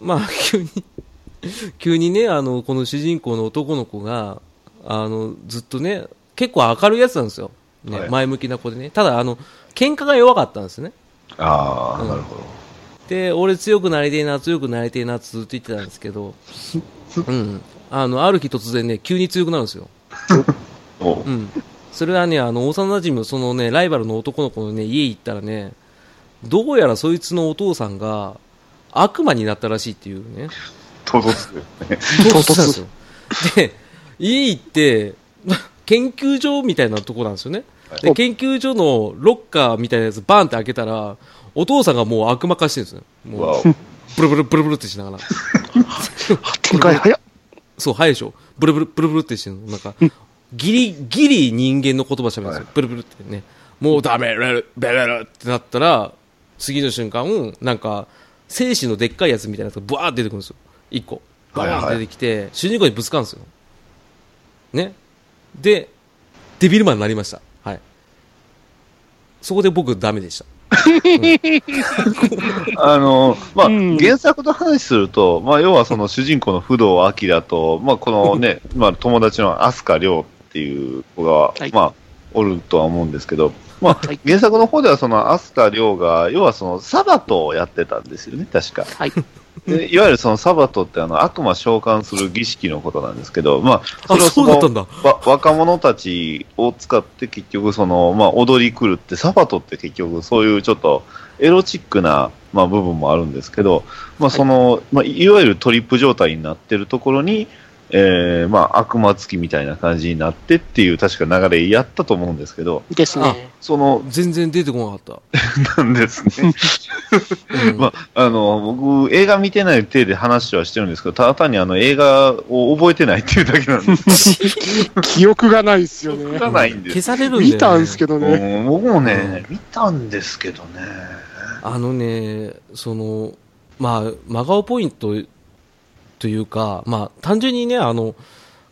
S3: まあ、急に、急にね、あの、この主人公の男の子が、あの、ずっとね、結構明るいやつなんですよ。ね
S1: はい
S3: 前向きな子でね。ただ、あの、喧嘩が弱かったんですね。
S1: ああ、
S3: うん
S1: なるほど。
S3: で、俺強くなりてえな、強くなりてえなってずっと言ってたんですけど、うん。あの、ある日突然ね、急に強くなるんですよ。
S1: おう
S3: うん。それはね、あの、幼馴染のそのね、ライバルの男の子のね、家行ったらね、どうやらそいつのお父さんが悪魔になったらしいっていうね。
S1: 唐突ですね。
S3: 唐突なんですよ。で、家行って、研究所みたいなとこなんですよね。で、研究所のロッカーみたいなやつバーンって開けたら、お父さんがもう悪魔化してるんですよ。もう
S1: わお。
S3: ブルブルブルブルってしながら。
S2: 展開早っ。
S3: そう、早いでしょ。ブルブル、ブルブルってしてるの。なんか、ギリ、ギリ人間の言葉喋るんですよ。ブルブルってね。もうダメ、レル、ベレルってなったら、次の瞬間、なんか、精子のでっかいやつみたいなやつがブワーって出てくるんですよ。一個。バーンって出てきて、主人公にぶつかるんですよ。ね。で、デビルマンになりました。はい。そこで僕ダメでした。
S1: あの、まあ、
S2: うん
S1: 原作の話すると、まあ、要はその主人公の不動明と、まあ、このね、まあ、友達の飛鳥涼っていう子が、
S2: はい
S1: まあ、おるとは思うんですけど、まあ
S2: はい、
S1: 原作の方ではその飛鳥涼が、要はそのサバトをやってたんですよね、確か。
S2: はい。
S1: でいわゆるそのサバトってあの悪魔召喚する儀式のことなんですけど、まあ、
S3: あ、
S1: れを
S3: そうだったんだ。
S1: わ若者たちを使って結局その、まあ、踊り狂ってサバトって結局そういうちょっとエロチックな、まあ、部分もあるんですけど、まあそのまあ、いわゆるトリップ状態になってるところに、えーまあ、悪魔つきみたいな感じになってっていう確か流れやったと思うんですけど
S2: ですね。
S1: その
S3: 全然出てこなか
S1: な
S3: っ
S1: んですね。
S3: た。うん
S1: まあ、あの僕、映画見てない体で話はしてるんですけど、ただ単にあの映画を覚えてないっていうだけなんです。
S2: 記憶がないですよね
S1: 僕。がないんです
S3: 消されるんだよ、ね。
S2: 見たんですけどね。
S1: うん僕もね、
S3: う
S1: 見たんですけどね。
S3: あのね、その、まあ、真顔ポイントというか、まあ、単純にね、あの、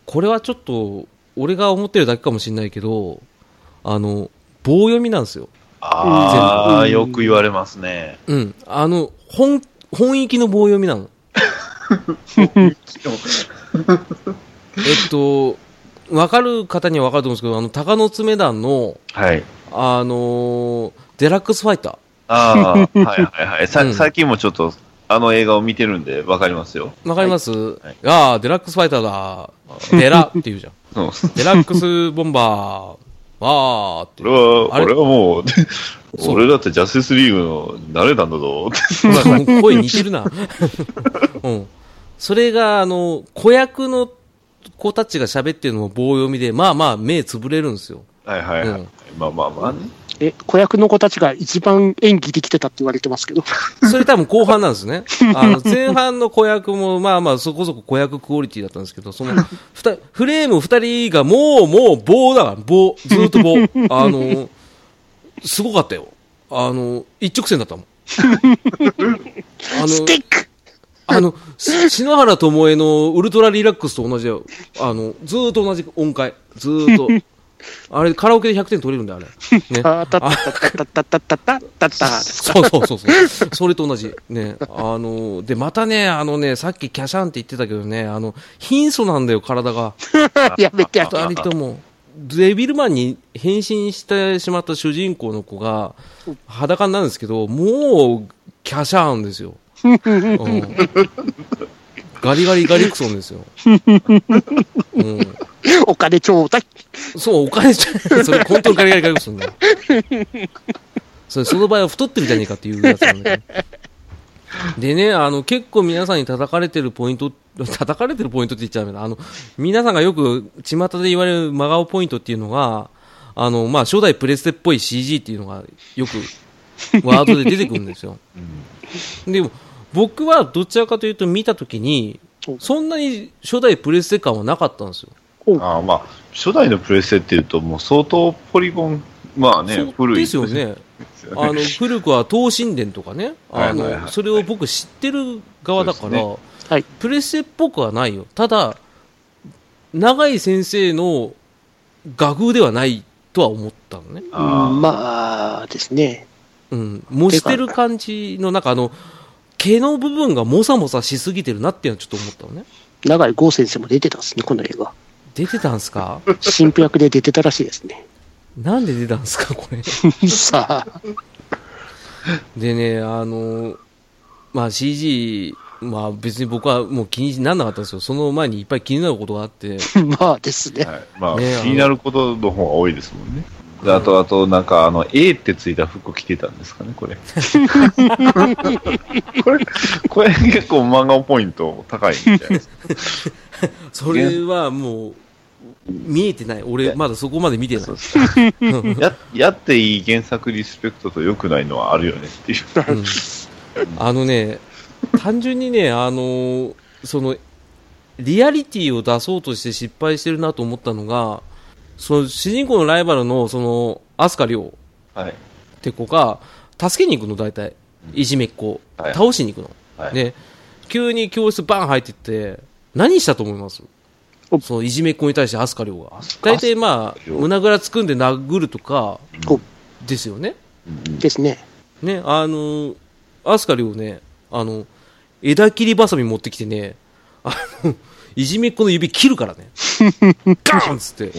S3: これはちょっと、俺が思ってるだけかもしれないけど、あの、棒読みなんですよ。
S1: ああ、
S2: うん
S1: よく言われますね。
S3: うん。あの、本、本域の棒読み なの。えっと、わかる方にはわかると思うんですけど、あの、鷹の爪団の、
S1: はい。
S3: あのーデラックスファイター。
S1: ああ、はいはい はい。さ
S3: うん
S1: 最近もちょっと、あの映画を見てるんで、わかりますよ。
S3: わかります、
S1: い
S3: ああ、デラックスファイターだ。デラって言うじゃん。
S1: うん
S3: デラックスボンバー。わーって
S1: 俺は、
S3: あれ
S1: 俺はもう、
S3: そう
S1: 俺だってジャスティスリーグの慣れたんだぞ。
S3: まあ声似てるな。 うん。それが、あの、子役の子たちが喋ってるのも棒読みで、まあまあ目つぶれるんですよ。
S1: はいはいは
S3: う
S1: い
S3: ん。
S1: まあまあまあね。
S2: え、子役の子たちが一番演技できてたって言われてますけど。
S3: それ多分後半なんです ね。あの、前半の子役も、まあまあそこそこ子役クオリティだったんですけど、その、ふた、フレーム二人がもうもう棒だから、棒、ずーっと棒。あの、すごかったよ。あの、一直線だったも ん。あの
S2: スティック
S3: あの、し篠原ともえのウルトラリラックスと同じだよ。あの、ずーっと同じ音階。ずーっと。あれ、カラオケで100点取れるんだよ、あれ。ね。
S2: あたたたたたたたたたた。
S3: そうそうそうそう。それと同じ。ね。あの、で、またね、あのね、さっきキャシャンって言ってたけどね、あの、貧相なんだよ、体が。
S2: やめて。
S3: 二人とも。デビルマンに変身してしまった主人公の子が、裸になるんですけど、もう、キャシャーンですよ。うんガリガリガリクソンですよ。うん
S2: お金ちょうだい。
S3: そう、お金じゃそれ、本当にガリガリガリガリするんだよ。それ、その場合は太ってるじゃねえかっていうやつなんだよね。でね、あの、結構皆さんに叩かれてるポイント、 叩かれてるポイントって言っちゃダメだ。あの、皆さんがよく巷で言われる真顔ポイントっていうのが、あの、まあ、初代プレステっぽい CG っていうのがよくワードで出てくるんですよ。でも、僕はどちらかというと見たときに、そんなに初代プレステ感はなかったんですよ。
S1: ああまあ、初代のプレステっていうと、もう相当ポリゴン、まあね、
S3: そう
S1: 古い
S3: です よね。
S1: ですよね。
S3: あの古くは東神殿とかね、あ
S1: はいはいは
S3: の
S1: い
S3: それを僕知ってる側だか
S1: そう
S3: ら、
S1: ですね
S2: はい
S3: プレステっぽくはないよ、ただ、永井先生の画風ではないとは思ったのね、
S1: あー
S2: まあですね。
S3: うん、模してる感じの中、あの毛の部分がもさもさしすぎてるなっていうのはちょっと思ったのね、
S2: 永井剛先生も出てたんですね、この映 画。
S3: 出てたん すか、
S2: 新婦役で出てたらしいです ね。
S3: なんで出たんすか、これ。
S2: さあ。
S3: でね、あの、まあ CG、まあ別に僕はもう気にならなかったんですよ。その前にいっぱい気になることがあって。
S2: まあですね。
S1: はい、まあ、
S3: ねあの
S1: 気になることの方が多いですもんね。であと、あと、なんか、あの、A ってついた服着てたんですかね、 これ。これ、これ結構漫画ポイント高いみたい です。
S3: それはもう、見えてない。俺まだそこまで見て ない。うん
S1: や、やっていい原作リスペクトと良くないのはあるよねっていう。
S3: うんあのね、単純にね、あの、その、リアリティを出そうとして失敗してるなと思ったのが、その主人公のライバルの、その、アスカリョウ
S1: はい。
S3: って子が、助けに行くの、大体。いじめっ子を。
S1: はい
S3: 倒しに行くの。
S1: はい。
S3: ね、急に教室バン入ってって、何したと思います
S2: お
S3: そのいじめっ子に対してアスカリョウが
S1: アス。カ
S3: 大体まあ
S1: アス、カリョウ
S3: 胸ぐらつくんで殴るとか、
S2: こ
S3: ですよね。
S1: うん
S2: ですね。
S3: ね、あの、アスカリョウね、あの、枝切りバサミ持ってきてね、 あの、いじめっ子の指切るからね。ガーンっつって。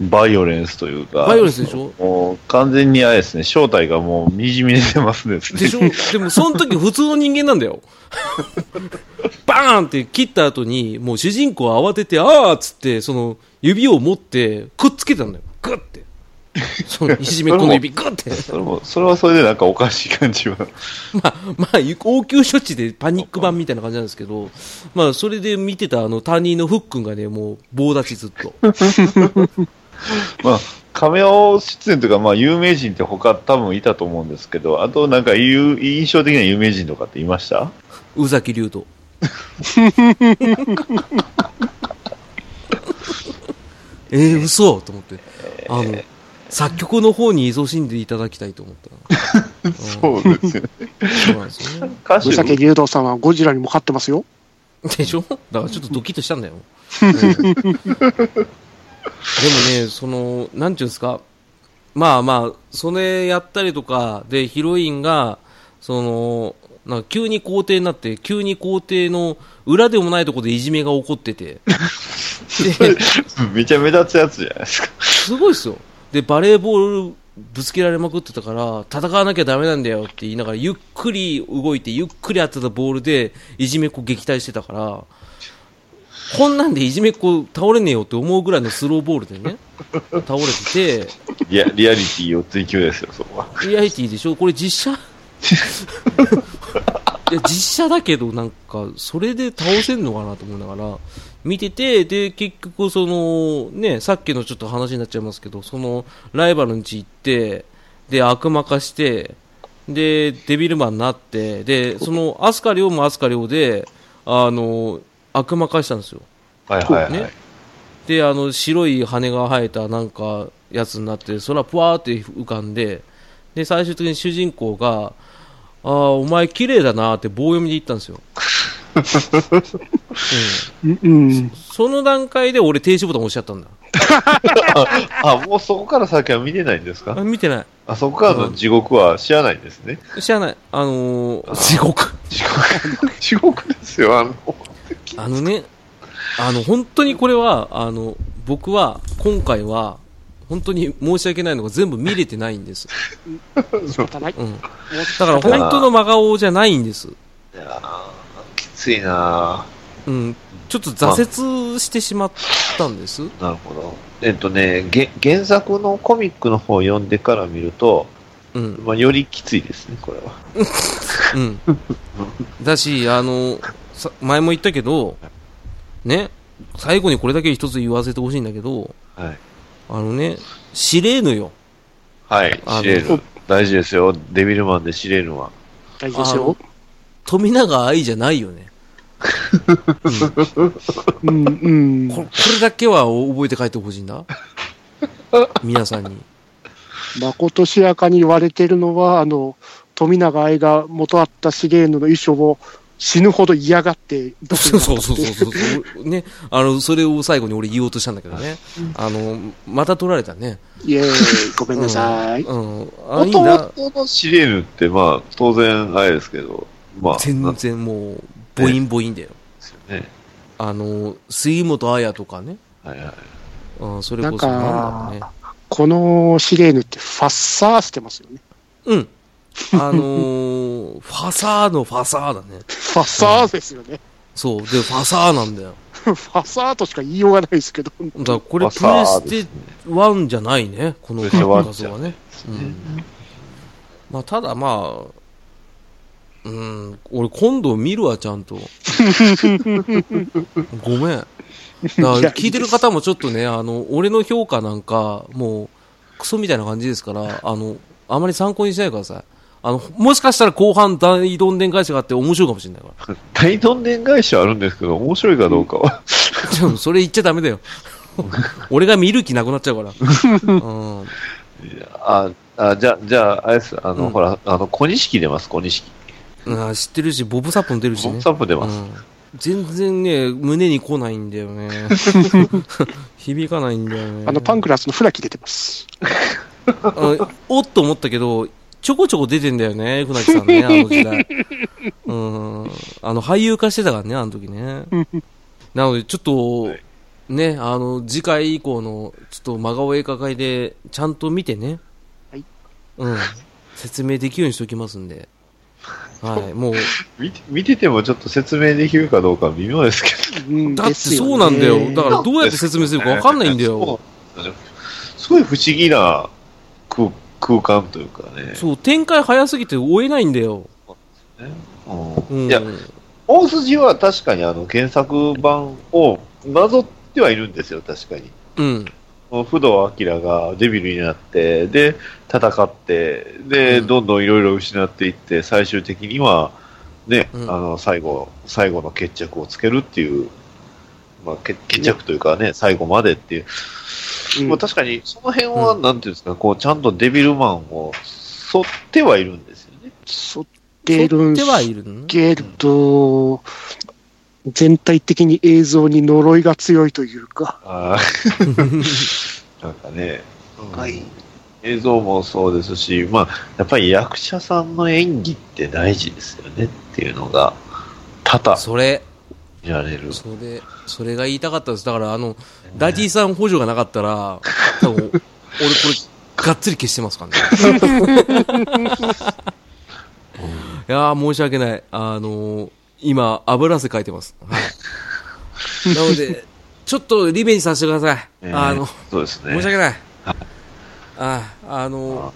S1: バイオレンスというか、
S3: バイオレンスでしょ
S1: もう完全にあれですね、正体がもうにじみ出てますね。
S3: で しょでもその時普通の人間なんだよ。 バーンって切った後に、もう主人公は慌てて、あーっつって、その指を持ってくっつけたんだよ。グッて。そのいじめこの指、グッて。
S1: それも、それはそれでなんかおかしい感じは。
S3: まあ、まあ、応急処置でパニック版みたいな感じなんですけど、まあ、それで見てたあの担任のフックンがね、もう棒立ちずっと。
S1: まあ、亀尾出演というか、まあ、有名人って他多分いたと思うんですけど、あとなんかいう印象的な有名人とかっていました
S3: 宇崎竜斗。 えー、嘘と思って。あの、作曲の方に勤しんでいただきたいと思った。
S1: そうですよね。
S3: そうなんですよね。
S1: 歌手
S2: 武崎竜道さんはゴジラにも勝ってますよ。
S3: でしょだからちょっとドキッとしたんだよ。うんでもね、その、なんちゅうんですか、まあまあ、それやったりとか、で、ヒロインが、その、なんか急に皇帝になって、急に皇帝の裏でもないところでいじめが起こってて、
S1: めちゃ目立つやつじゃないですか。
S3: すごいですよ。で、バレーボールぶつけられまくってたから、戦わなきゃダメなんだよって言いながら、ゆっくり動いて、ゆっくり当てたボールで、いじめっ子撃退してたから、こんなんでいじめっ子倒れねえよって思うぐらいのスローボールでね、倒れて
S1: いや、リアリティを追求ですよ、そこは。
S3: て、リアリティでしょこれ実写いや、実写だけど、なんか、それで倒せんのかなと思いながら、見てて、で、結局、その、ね、さっきのちょっと話になっちゃいますけど、その、ライバルの家行って、で、悪魔化して、で、デビルマンになって、で、その、アスカリョウもアスカリョウで、あの、悪魔化したんですよ。
S1: はいはいはい。
S3: ねで、あの、白い羽が生えた、なんか、やつになって、空ぷわーって浮かんで、で、最終的に主人公が、ああ、お前綺麗だなーって棒読みで言ったん ですよ。うん
S2: うんうん。
S3: その段階で俺停止ボタン押しちゃったんだ。
S1: あ、もうそこから先は見れないんです
S3: あ
S1: か
S3: 見てな
S1: あ、そこからの地獄は知らないんですね。
S3: い。知らない。あのー、地獄。
S1: 地獄、 地獄ですよ、あの。
S3: あのね、あの、本当にこれは、あの、僕は、今回は、本当に申し訳ないのが全部見れてないんです。
S2: 仕方ない。
S3: うん。だから本当の真顔じゃないんです。
S1: いやーきついな
S3: うん、ちょっと挫折してしまったんです。
S1: ーなるほど。えっとね、げ原作のコミックの方を読んでから見ると、
S3: うん、
S1: まあ、よりきついですね、これは。
S3: うん。だし、あの、さ前も言ったけど、ね、最後にこれだけ一つ言わせてほしいんだけど、
S1: はい。
S3: あのね、シレーヌよ。
S1: はい、
S3: あの
S1: シレーヌ。大事ですよ、デビルマンでシレーヌは。
S2: 大事ですよ。
S3: 富永愛じゃないよね。
S2: うんうん。
S3: ここれだけは覚えて帰ってほしいんだ。皆さんに。
S2: 誠しやかに言われてるのは、あの、富永愛が元あったシレーヌの衣装を死ぬほど嫌がって、ど
S3: そうそうそうそうそう。ね、あの、それを最後に俺言おうとしたんだけどね。あの、また取られたね。
S2: イエーイ、ごめんなさい。
S3: うん。あ、い
S1: も
S3: い
S1: と
S3: な。
S1: もとのシレーヌって、まあ、当然、あれですけど、まあ、なん
S3: 全
S1: で
S3: 然もう、ボインボインだよ。
S1: すよね。
S3: あの、杉本彩とかね。
S1: はいはい。
S3: うん、それこそ
S2: なんか
S3: なんだろ
S2: このシレーヌってファッサーしてますよね。
S3: うね。うん。あのー、 ファサーのファサーだね。
S2: ファッサーですよね。
S3: そう。で、ファサーなんだよ。
S2: ファッサーとしか言いようがないですけど。
S3: だからこれ、
S1: ファ
S3: プ
S1: サ
S3: レ
S1: ー
S3: ス
S1: です
S3: テ
S1: ね
S3: 1じゃないね。この
S1: プレステ1
S3: 画像はね。うん。まあ、ただまあ、うん、俺今度見るわ、ち ゃんと。ごめん。だから聞いてる方もちょっとね、あの、俺の評価なんか、もう、クソみたいな感じですから、あの、あまり参考にしないでください。あの、もしかしたら後半大どんでん返しがあって面白いかもしれないから。
S1: 大どんでん返しはあるんですけど、面白いかどうかは。
S3: でもそれ言っ ちゃダメだよ。俺が見る気なくなっちゃうから。うん。
S1: あ、あじゃあ、じゃあ、あれです、あの、
S3: うん
S1: ほら、あの、小錦出ます、小錦。
S3: あー知ってるし、ボブサップも出るし
S1: ボ
S3: ね。
S1: ンサップ出ます。
S3: うん全然ね、胸に来ないんだよね。響かないんだよね。
S2: あの、パンクラスのフラキ出てます。
S3: あおっと思ったけど、ちょこちょこ出てんだよね、船木さんね、あの時代。うん。あの、俳優化してたからね、あの時ね。なので、ちょっと、ね、あの、次回以降の、ちょっと真顔映画会で、ちゃんと見てね。
S2: はい。
S3: うん。説明できるようにしておきますんで。はい。もう、
S1: 見て見ててもちょっと説明できるかどうか微妙ですけ
S2: うん
S3: だって
S2: ですよね
S3: そうなんだよ。だからどうやって説明する かわかんないんだよ。
S1: ど。そうすごい不思議な空空間というかね。
S3: そう、展開早すぎて追えないんだよ。う
S1: うん
S3: ん。
S1: いや、大筋は確かにあの原作版をなぞってはいるんですよ、確かに。
S3: うん。
S1: 不動明がデビルになって、で、戦って、で、
S3: うん
S1: どんどんいろいろ失っていって、最終的には、ね、
S3: うん
S1: あの、最後、最後の決着をつけるっていう、まあ、け決着というかね、最後までっていう、
S2: うん
S1: まあ、確かに、その辺は、
S3: うん
S1: なんていうんですか、こう、ちゃんとデビルマンを沿ってはいるんですよね。
S2: そってるん
S3: ではい
S2: す
S3: るの
S2: けど、全体的に映像に呪いが強いというか、
S1: ああ、なんかね、うん
S2: はい。
S1: 映像もそうですし、まあ、やっぱり役者さんの演技って大事ですよねっていうのが、多々
S3: それ、
S1: 見られる。
S3: それ、それが言いたかったです。だから、あの、ダディさん補助がなかったら、多分、俺これ、がっつり消してますからね。いやー、申し訳ない。あのー今、油汗かいてます。はい、なので、ちょっとリベンジさせてください。
S1: えー
S3: あの、
S1: そうですね。
S3: 申し訳ない。あ、あの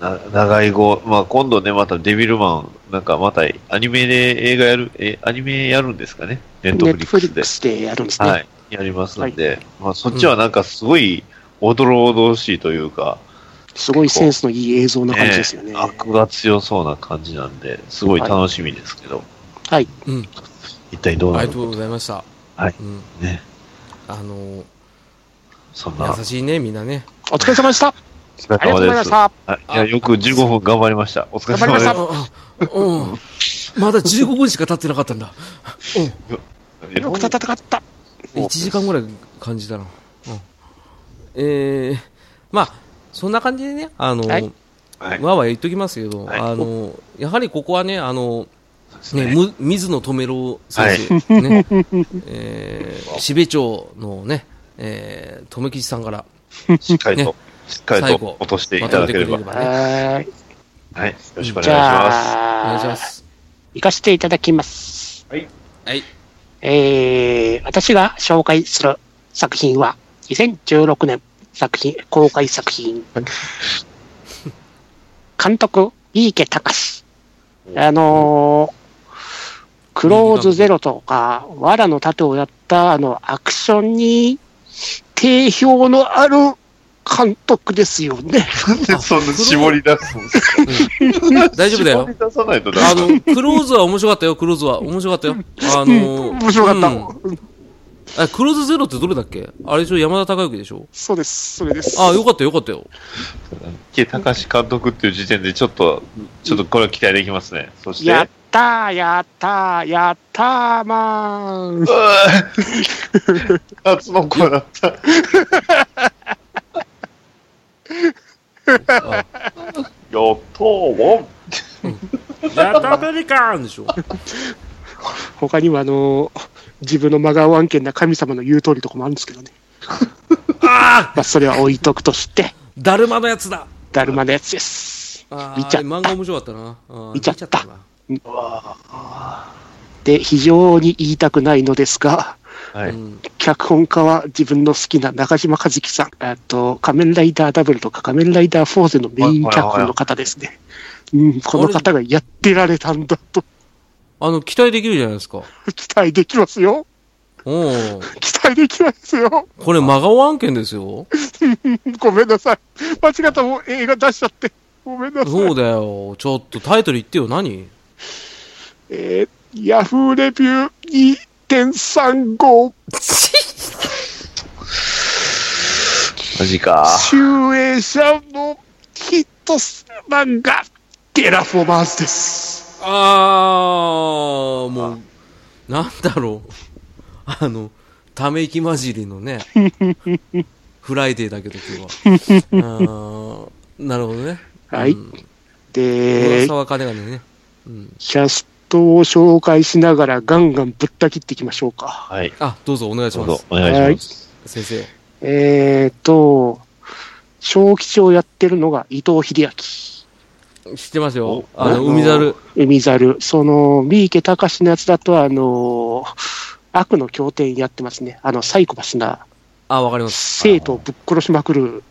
S1: な長い後、まあ、今度ね、またデビルマン、なんかまたアニメで映画やる、え、アニメやるんですかね。ネット
S2: ネ
S1: フ
S2: ッ
S1: リ
S2: ト
S1: ック
S2: フリ
S1: ス
S2: ッ
S1: で
S2: ク。スでやるんですね。
S1: はい。やりますんで、まあ、そっちはなんかすごい、おどろおどろしいというか、
S2: すごいセンスのいい映像な感じですよね。
S1: えー悪が強そうな感じなんで、すごい楽しみですけど、
S2: はい。
S3: ーうん、
S1: 一体どう
S3: あ
S1: な
S3: り
S1: る
S3: が
S1: の
S3: とうございました。
S1: はい
S3: うん、
S1: ね。
S3: あの
S1: そんな、
S3: ー優しいね、みんなね。
S2: お疲れ様でした。あ
S1: お疲れ様
S2: りがとうございました。
S1: はいいや、よく15分頑張りました。お疲れ様です。
S2: 頑
S3: ああうん。まだ15分しか経ってなかったんだ。
S2: よく戦った。
S3: 1時間ぐらい感じたな。うん、えー、まあ、そんな感じでね、あのー
S2: はい
S1: はい
S3: わーわー言っときますけど、
S1: はい
S3: あの、やはりここはね、あの、
S1: ね
S3: ね、む水野留郎選 手、ね、えー、標町のね、えー、留吉さんから、
S1: しっかりと、しっかり
S3: 最
S1: と
S3: 後
S1: 落としていただければ。
S3: まとめてくれればね。
S2: はーい。
S1: はい。よろしくお
S2: じ
S1: 願いします。
S3: お願いしま
S2: ゃあ、
S3: す。
S2: 行かせていただきます。
S3: はい。
S2: えー、私が紹介する作品は、2016年作品、公開作品。監督、井家隆。あのークローズゼロとか、藁の盾をやった、あの、アクションに、定評のある監督ですよね。
S1: なんでそんな絞り出すんですか
S3: 大丈夫だ
S1: 絞
S3: よ
S1: り出さないとダ
S3: あ
S1: メ
S3: の、クローズは面白かったよ、クローズは。面白かったよ。あの、
S2: 面白かった。
S3: うんあクローズゼロってどれだっけあれでしょ、山田孝之でしょ
S2: そうです、それです。
S3: あ、よかったよよかったよ。
S1: 池隆監督っていう時点でちょっと、ちょっとこれは期待できますね。そして、
S2: やったー、やったー、やったーまーん。
S1: 夏の子だった。
S3: あ
S1: よっとー
S3: やったペリカーンでしょ。
S2: 他にもあのー自分の真顔案件な神様の言う通りとかもあるんですけどね。
S3: ああ
S2: まあ、それは置いとくとして、
S3: だるまのやつだ
S2: だるまのやつです。
S3: あ
S2: 見ちゃった
S3: 漫画面白かったな。あー
S2: 見ちゃった
S3: な
S2: で、非常に言いたくないのですが、
S1: は
S3: う
S1: い。
S3: ん
S2: 脚本家は自分の好きな中島和樹さん、えっと、仮面ライダーダブルとか仮面ライダーフォーゼのメイン脚本の方ですね。うん、この方がやってられたんだと
S3: あの、期待できるじゃないですか。
S2: 期待できますよ。
S3: おお。
S2: 期待できますよ。
S3: これ真顔案件ですよ。
S2: ごめんなさい。間違ったもう映画出しちゃって。ごめんなさい。
S3: そうだよ。ちょっとタイトル言って よ、何
S2: えー、ヤフーレビュー2.35
S1: マジか。
S2: 集英社のヒット漫画、テラフォーマーズです。
S3: あー、もう、なんだろう。あの、ため息混じりのね、フライデーだけど今日は。あーなるほどね。
S2: はい
S3: うん
S2: で
S3: 小、沢金がね。うん。
S2: キャストを紹介しながらガンガンぶった切っていきましょうか。
S1: はい。
S3: あ、どうぞお願いし
S1: どう
S3: ま
S1: ぞ
S3: す。
S1: お願いします。
S3: 先生。
S2: えーと、小吉をやってるのが伊藤英明。
S3: 知ってますよ
S1: お。
S3: あ
S2: あ
S3: の、
S2: の
S3: 海猿。
S2: 海猿。その、三池隆のやつだと、あの、悪の経典やってますね。あの、サイコパスな
S3: あ、わかります。
S2: 生徒をぶっ殺しまくる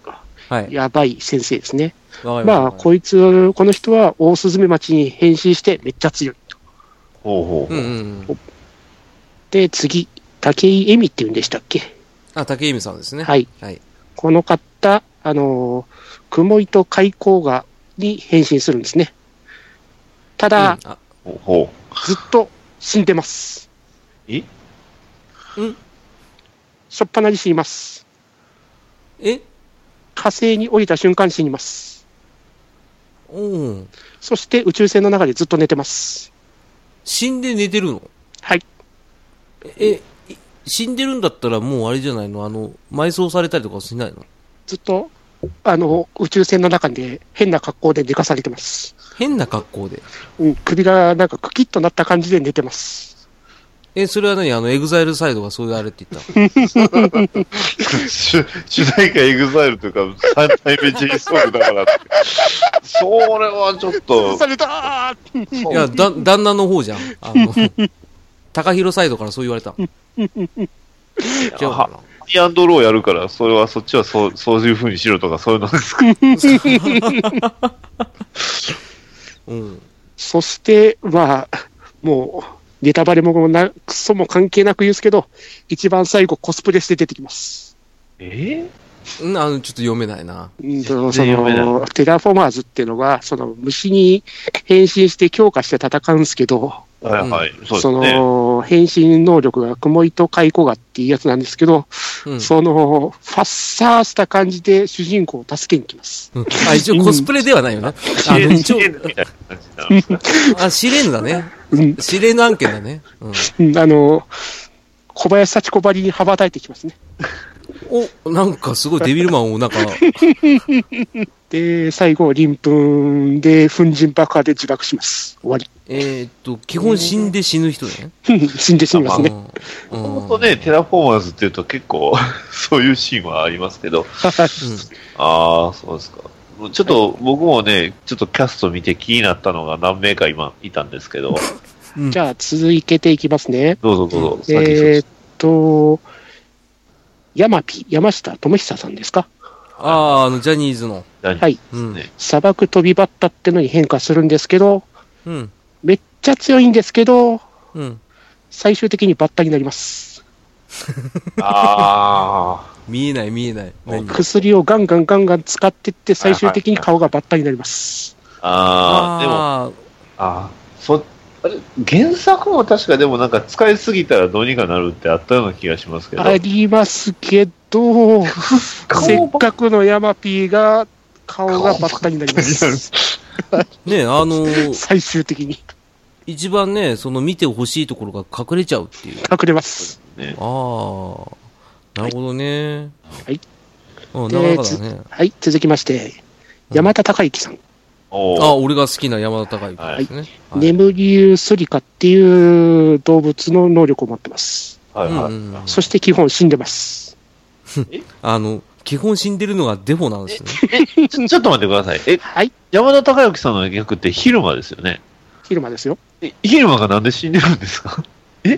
S3: はい。
S2: やばい先生ですね。
S3: わかります。
S2: まあ、こいつ、この人は大スズメ町に変身してめっちゃ強い。
S1: ほうほう
S3: うん
S1: ほ
S3: う
S1: う。
S3: んうん。
S2: で、次、武井絵美って言うんでしたっけ
S3: あ、竹井美さんですね。
S2: はい。
S3: はい。
S2: この方、あの、雲糸開口がに変身するんですね。ただ、
S3: うんあ
S1: ほうほ
S2: ずっと死んでます。
S1: う。え
S2: しょっぱなに死にます。
S3: え
S2: 火星に降りた瞬間死にます。
S3: うん。
S2: そして宇宙船の中でずっと寝てます。
S3: 死んで寝てるの
S2: はい。
S3: え、い死んでるんだったらもうあれじゃないのあの、埋葬されたりとかはしないの
S2: ずっと、あの、宇宙船の中で変な格好で寝かされてます。
S3: 変な格好で。
S2: うん、首がなんかクキッとなった感じで寝てます。
S3: え、それは何あの、エグザイルサイドがそういうあれって言ったの
S1: 主主題歌エグザイルというか、3代目 J ソングだからって。それはちょっと
S2: 殺さ、れたー
S3: いや、だ、旦那の方じゃん。あの、 高弘サイドからそう言われたの。違うかな
S1: ハイアンドローやるから、それはそっちはそうそういう風にしろとか、そういうのですか。
S3: うん。
S2: そして、まあ、もう、ネタバレもなくそも関係なく言うんですけど、一番最後コスプレして出てきます。
S1: え
S3: うんあの、ちょっと読めないな。
S2: うんとそ
S1: 全然読めない
S2: の、テラフォーマーズっていうのは、その虫に変身して強化して戦うんですけど、
S1: はいはい、そうですね。
S2: の、変身能力が雲糸開古賀っていうやつなんですけど、
S3: うん。
S2: その、ファッサーした感じで主人公を助けに来ます。
S3: うんあ、一応コスプレではな いよね。あの、一応、
S1: みたいな感じなの
S3: あ、試練だね。
S2: うん、
S3: 試練の案件だね。うん。
S2: うんあの、小林幸子ばりに羽ばたいてきますね。
S3: お、なんかすごいデビルマンをなんか、
S2: で、最後、臨粉で粉塵爆破で自爆します。終わり。
S3: えーっと、基本死んで死ぬ人だよね。
S2: 死んで死にますね。
S3: う
S1: も
S3: ん。
S1: と
S3: うん
S1: もとね、テラフォーマーズっていうと結構、 そういうシーンはありますけど、ああ、そうですか。ちょっと僕もね、ちょっとキャスト見て気になったのが何名か今いたんです けど、
S3: う ん。
S2: じ
S3: ゃ
S2: ゃあ、続いていきますね。
S1: どうぞどうぞ、先
S2: えー
S1: に
S2: っと、山ピ、山下智久さんですか
S3: あー、あの、ジャニーズの。
S2: は。
S1: はい
S3: うん。
S1: ね
S2: 砂漠飛びバッタってのに変化するんですけど、
S3: うん。
S2: めっちゃ強いんですけど、
S3: うん。
S2: 最終的にバッタになります。
S1: あ
S3: 見えない見えない。何
S2: 薬をガンガンガンガン使ってって、最終的に顔がバッタになります。
S1: あ、ああ、でも、
S3: あ
S1: あーそあれ原作も確かでもなんか使いすぎたらどうにかなるってあったような気がしますけど、
S2: ありますけ ど、せ
S1: 顔
S2: っかくのヤマピーが、顔がバッタになります。
S3: ーねあのー
S2: 最終的に
S3: 一番ね、その見てほしいところが隠れちゃうっていう。
S2: 隠れます。
S1: ね
S3: あー。なるほどね。
S2: はい。
S3: うん、
S2: で
S3: なかなかだね。
S2: はい、続きまして、山田孝之さん。
S1: おー
S3: あ、俺が好きな山田孝之ですね。はい
S2: 眠りゆスリカっていう動物の能力を持ってます。
S1: はいは
S3: う
S1: い、
S3: んうんうん
S2: そして基本死んでます。
S3: あの、基本死んでるのがデフォなんですね。
S1: えちょちょっと待ってくださいえ
S2: はい、
S1: 山田孝之さんの役って昼間ですよね
S2: 昼間ですよ。
S1: え昼間がなんで死んでるんですか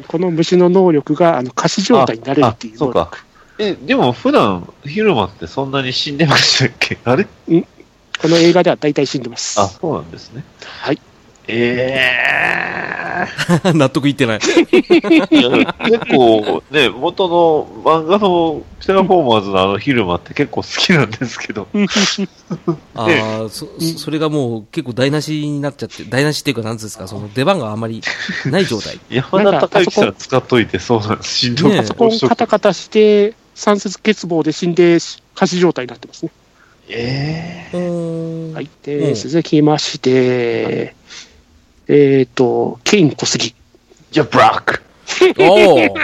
S2: この虫の能力が、あの、仮死状態になれるっていう
S1: あそ
S2: 能
S1: うか
S2: 力。
S1: えでも普段昼間ってそんなに死んでましたっけあれ
S2: この映画では大体死んでます。
S1: あそうなんですね
S2: はい。
S1: え
S3: 納得いってない。
S1: え 結構ね元の漫画のテラフォーマーズのあの昼間って結構好きなんですけど
S3: ああ、そ、そそれがもう結構台無しになっちゃって、台無しっていうか、なんつうんですか、その出番があまりない状態。
S1: 山田孝之さん使っといて、そうなんです。しんど
S3: ねえ
S1: く
S2: パソコンカタカタして、関節欠乏で死んで、仮死状態になってますね。
S1: え
S3: うーん
S2: はい。
S3: う
S2: で、
S3: ん
S2: 続きまして、えっと、ケイン小杉。
S1: じゃあ、ブラッ ク。
S3: おお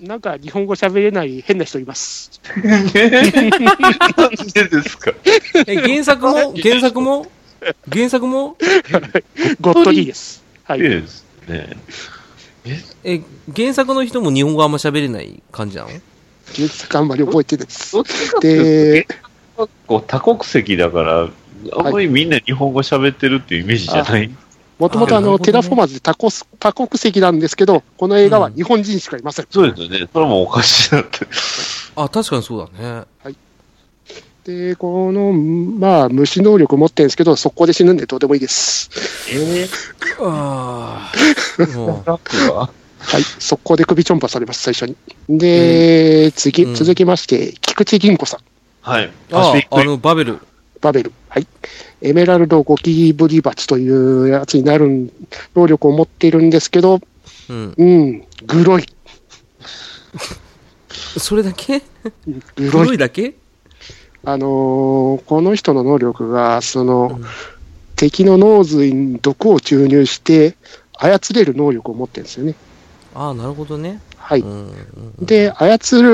S2: なんか日本語喋れない変な人います。
S1: なんでですか
S3: え、原作も原作も原作も
S2: ゴッドリーです。は
S1: い
S2: い
S1: い。ですね。
S3: え、原作の人も日本語あんま喋れない感じなの
S2: 原作あんまり覚えてないです
S1: ど。っちかっていう
S2: で
S1: と、、結構多国籍だから、あんまりみんな日本語喋ってるっていうイメージじゃない。
S2: もともとあ
S3: あなる
S2: の、
S3: ほどね
S2: テラフォーマーズで多国多国籍なんですけど、この映画は日本人しかいません。
S1: そうですよね。それもおかしいなって。
S3: あ、確かにそうだね。
S2: で、この、まあ、無視能力持ってるんですけど、速攻で死ぬんでどうでもいいです。
S1: え
S3: ああ。も
S1: ラックは
S2: はい。速攻で首ちょんぱされます、最初に。で、次、
S3: うん
S2: 続きまして、菊池銀子さん、
S1: はい。
S3: うあ
S1: パシフィック
S3: あ
S1: リム
S3: の、バベル。
S2: バベル。はい。エメラルドゴキブリバチというやつになるん、能力を持っているんですけど、
S3: うん。
S2: うん、グロい。
S3: それだけ
S2: グロい
S3: 黒いだけ
S2: あのーこの人の能力が、その、
S3: うん
S2: 敵の脳髄に毒を注入して、操れる能力を持ってるんですよね。
S3: ああ、なるほどね。
S2: はい。
S3: うんうんうん
S2: で、操れ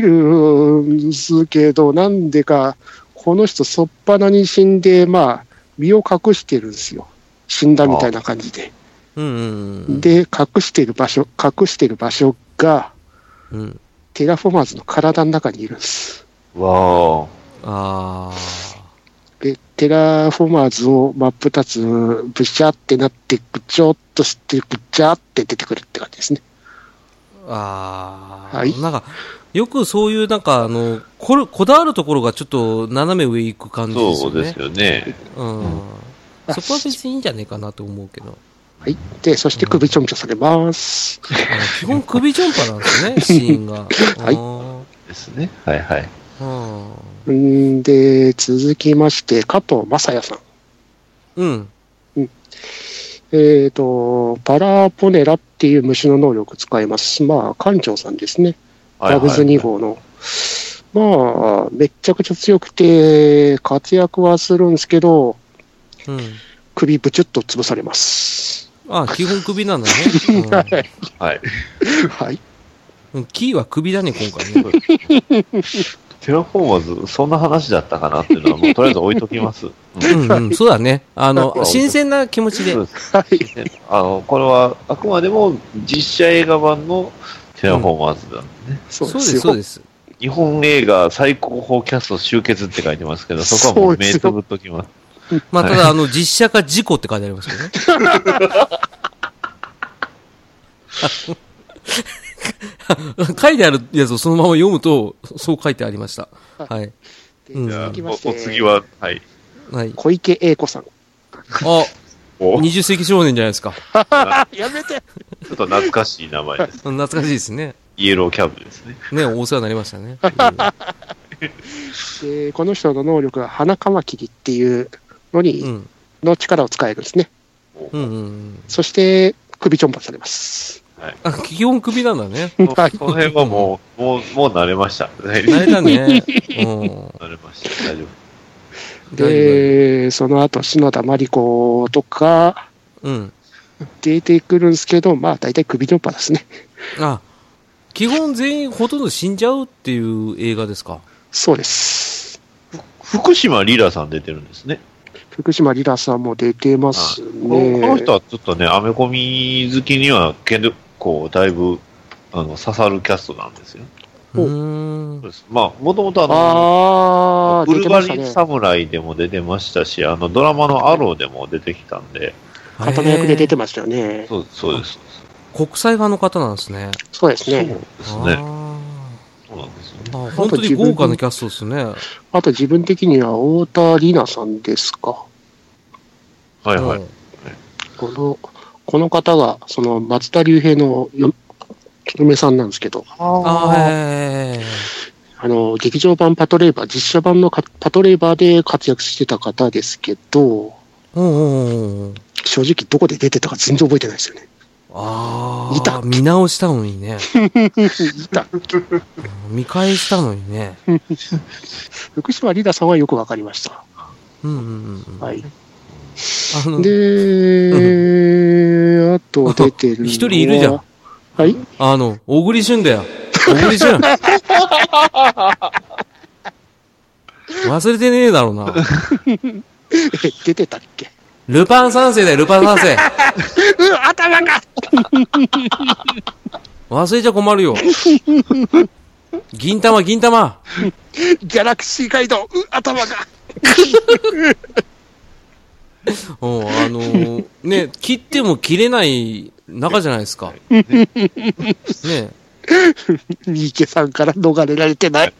S2: るんですけど、なんでか、この人、そっぱなに死んで、まあ、身を隠してるんですよ。死んだみたいな感じで。
S3: うんうんうん。、
S2: で、隠している場所、隠している場所が、
S3: うん。
S2: テラフォーマーズの体の中にいるんです。
S1: わ
S3: ああ。
S2: で、テラフォーマーズを真っ二つ、ブシャってなって、ぐちょっとして、ぐちゃって出てくるって感じですね。
S3: ああ。
S2: はい
S3: なんか、よくそういう、なんか、あの、これ、こだわるところがちょっと斜め上行く感じです
S1: そ
S3: よね。
S1: うですよね。
S3: うん。
S2: あ
S3: そこは別にいいんじゃねえかなと思うけど。
S2: はい。で、そして首ちょんちょされます。
S3: あの基本首ジョンパなんですね、シーンが。
S2: い
S1: ですね。はいはい。
S3: あー
S2: んで、続きまして、加藤正也さん。
S3: うん。
S2: えっ、と、パラポネラっていう虫の能力使います。まあ、館長さんですね。
S1: はい
S2: ラブズ2号の。まあ、めっちゃくちゃ強くて、活躍はするんですけど、
S3: うん。
S2: 首ぶちゅっと潰されます。
S3: あ、基本首なんだね。
S1: はい。
S2: はい。
S3: うん。キーは首だね、今回ね。
S1: テラフォーマーズ、そんな話だったかなっていうのは、もうとりあえず置いときます。うん
S3: うんうん、そうだね。あ
S1: そう
S3: の、
S1: そう
S3: 新鮮な気持ちで。
S1: そう
S3: う
S1: です
S2: はい。
S1: ね。あの、これは、あくまでも実写映画版のテラフォーマーズなんでね。
S2: そう
S3: で
S2: です
S3: す、
S2: よ。
S3: そうです。
S1: 日本映画最高峰キャスト集結って書いてますけど、そこはもうメートぶっときます。
S3: まあ、
S1: はい
S3: ただ、あの、実写化事故って書いてありますけどね。 書いてあるやつをそのまま読むと、そう書いてありました。はい。うん
S1: じゃあ
S2: 続きまし
S1: お
S2: て、
S1: お次は、はい。
S3: はい。
S2: 小池栄子 さん。
S3: あ、
S1: おち
S3: 20世紀少年じゃないですか。
S2: やめて
S1: ょっと懐かしい名前 です。
S3: 懐かしいですね。
S1: イエローキャブですね。
S3: ね、お世話になりましたね。
S2: でこの人の能力は花カマキリっていうのに、
S3: うん。
S2: の力を使えるんですね。
S3: うん。うんうん。
S2: そして、首ちょんぱされます。
S3: あ、基本首なんだね。
S1: こ
S2: はい
S1: この辺はもう、もう、もう慣れました。慣
S3: あれだ ね。うん。
S1: れました。大丈夫。
S2: で、その後、篠田麻里子とか
S3: うん。
S2: 出てくるんですけど、まあ、大体首ちょんぱですね。
S3: あ、基本全員ほとんど死んじゃうっていう映画ですか。
S2: そうです。
S1: 福島リラさん出てるんですね。
S2: 福島リラさんも出てます
S1: この
S2: ね。
S1: この人はちょっとね、アメコミ好きには結構だいぶあの刺さるキャストなんですよ。
S3: う
S2: お
S3: ーん
S1: そう。ですまあ、もともとあの、
S2: あー、
S1: ブ
S2: 出
S1: ル
S2: て
S1: ガ
S2: ました
S1: リン
S2: ね。
S1: 侍でも出てましたし、あのドラマのアローでも出てきたんで、
S2: 方の役で出て
S3: へ
S2: ましたよね。
S1: そうそうです。
S3: ー国際側の方なんですね。
S2: そうです
S1: そう
S2: ね。
S1: ですね。
S3: あ
S1: そうなんですよね。
S3: ーあ本当に豪華なキャストですね。
S2: あと自分的には太田里奈さんですか。
S1: はいはい。
S3: うん
S2: この、この方が、その松田龍平のよ嫁さんなんですけど、
S3: あー、へ
S2: あの、劇場版パトレーバー、実写版のかパトレーバーで活躍してた方ですけど、
S3: ー。うんうんうんうん。
S2: 正直どこで出てたか全然覚えてないですよね。
S3: ああ。
S2: いた
S3: 見直したのにね。
S2: いた
S3: うん見返したのにね。
S2: 福島リーダーさんはよくわかりました。
S3: うんうんうんうん。
S2: はい。
S3: あの、
S2: で、あと出てるのは。
S3: 一人いるじゃん。
S2: はい。
S3: あの、小栗旬だよ。小栗旬。忘れてねえだろうな。
S2: え出てたっけ
S3: ルパン三世だよ、ルパン三世。
S2: うん、頭が
S3: 忘れちゃ困るよ。銀玉、銀玉。
S2: ギャラクシーガイド、うん、頭が
S3: うん、あのーね、切っても切れない中じゃないですか。ね。
S2: 三池さんから逃れられてない。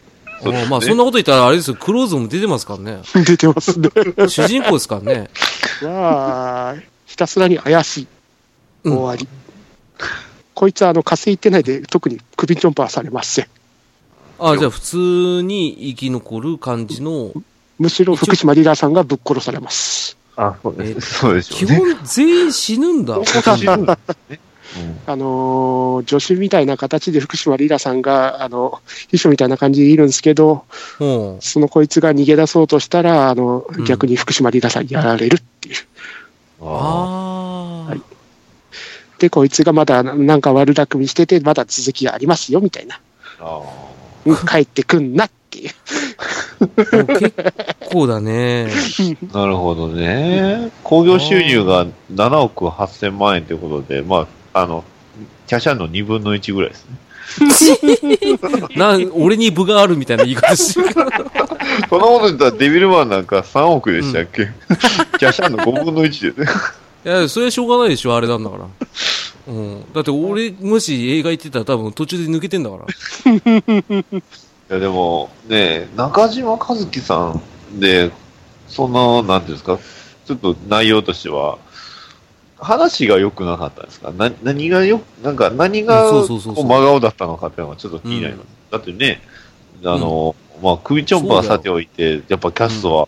S1: そうですね
S3: うんまあ、そんなこと言ったらあれですよ、クローズも出てますからね。
S2: 出てますね。
S3: 主人公ですからね。
S2: わあ、ひたすらに怪しい。
S3: うん
S2: 終わり。こいつはあの火星行ってないで、特に首チョンパーされません。
S3: あ、じゃあ普通に生き残る感じの、
S2: むしろ福島リーダーさんがぶっ殺されます。
S1: あ、そう
S3: え
S1: です。そうでし
S3: 基
S1: ょうね。
S3: 本全員死ぬんだ。
S2: あのー助手みたいな形で福島リーダーさんが、あの、秘書みたいな感じでいるんですけど、
S3: うん。
S2: そのこいつが逃げ出そうとしたら、あの
S3: ん、
S2: 逆に福島リーダーさんにやられるっていう。
S1: あ
S3: ああ
S2: はい。で、こいつがまだななんか悪巧みしてて、まだ続きがありますよ、みた いな。
S1: あ。あ
S2: うん帰ってくんなっていう。
S3: もう結構だね。
S1: あ。なるほどね。興行収入が7億8000万円ということで、まあ、あの、キャシャンの2分の1ぐらいですね。
S3: な、俺に部があるみたいな言い方し てるけど。
S1: そんなこと言ったらデビルマンなんか3億でしたっけ、キャシャンの5分の1でね。
S3: いや、それはしょうがないでしょ、あれなんだから。うん。だって俺、もし映画行ってたら多分途中で抜けてんだから。
S1: いやでも、ねえ、中島和樹さんで、その、なんていうんですか、ちょっと内容としては、話が良くなかったんですかな何がよ、なんか何が
S3: う
S1: こ
S3: ん
S1: う
S3: そうそうそうそう
S1: 真顔だったのかっていうのがちょっと気になります。だってね、あの、まあ、首チョンパーはさておいて、やっぱキャストは、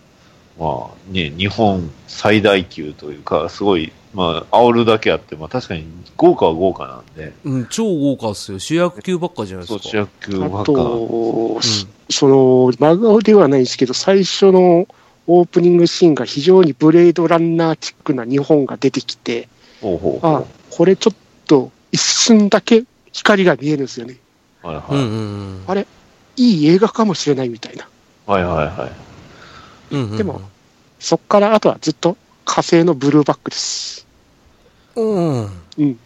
S1: まあね、日本最大級というか、すごい、まあ、煽るだけあって、まあ確かに豪華は豪華なんで、
S3: うん、超豪華っすよ。主役級ばっかじゃないで
S1: そう、
S3: すか。
S1: 主役ば
S2: あ
S1: っか
S2: と、その、真顔ではないですけど、最初のオープニングシーンが非常にブレードランナーチックな日本が出てきて、
S1: ほうほうほう
S2: あ、これちょっと一瞬だけ光が見えるんですよね。
S1: はいは
S3: うん。う
S1: い
S3: んうん
S2: あいい映画かもしれないみたいな。
S1: はいはいはい。
S3: うん。うんうん
S2: でも、そっからあとはずっと火星のブルーバックです。
S3: うん。
S2: うん。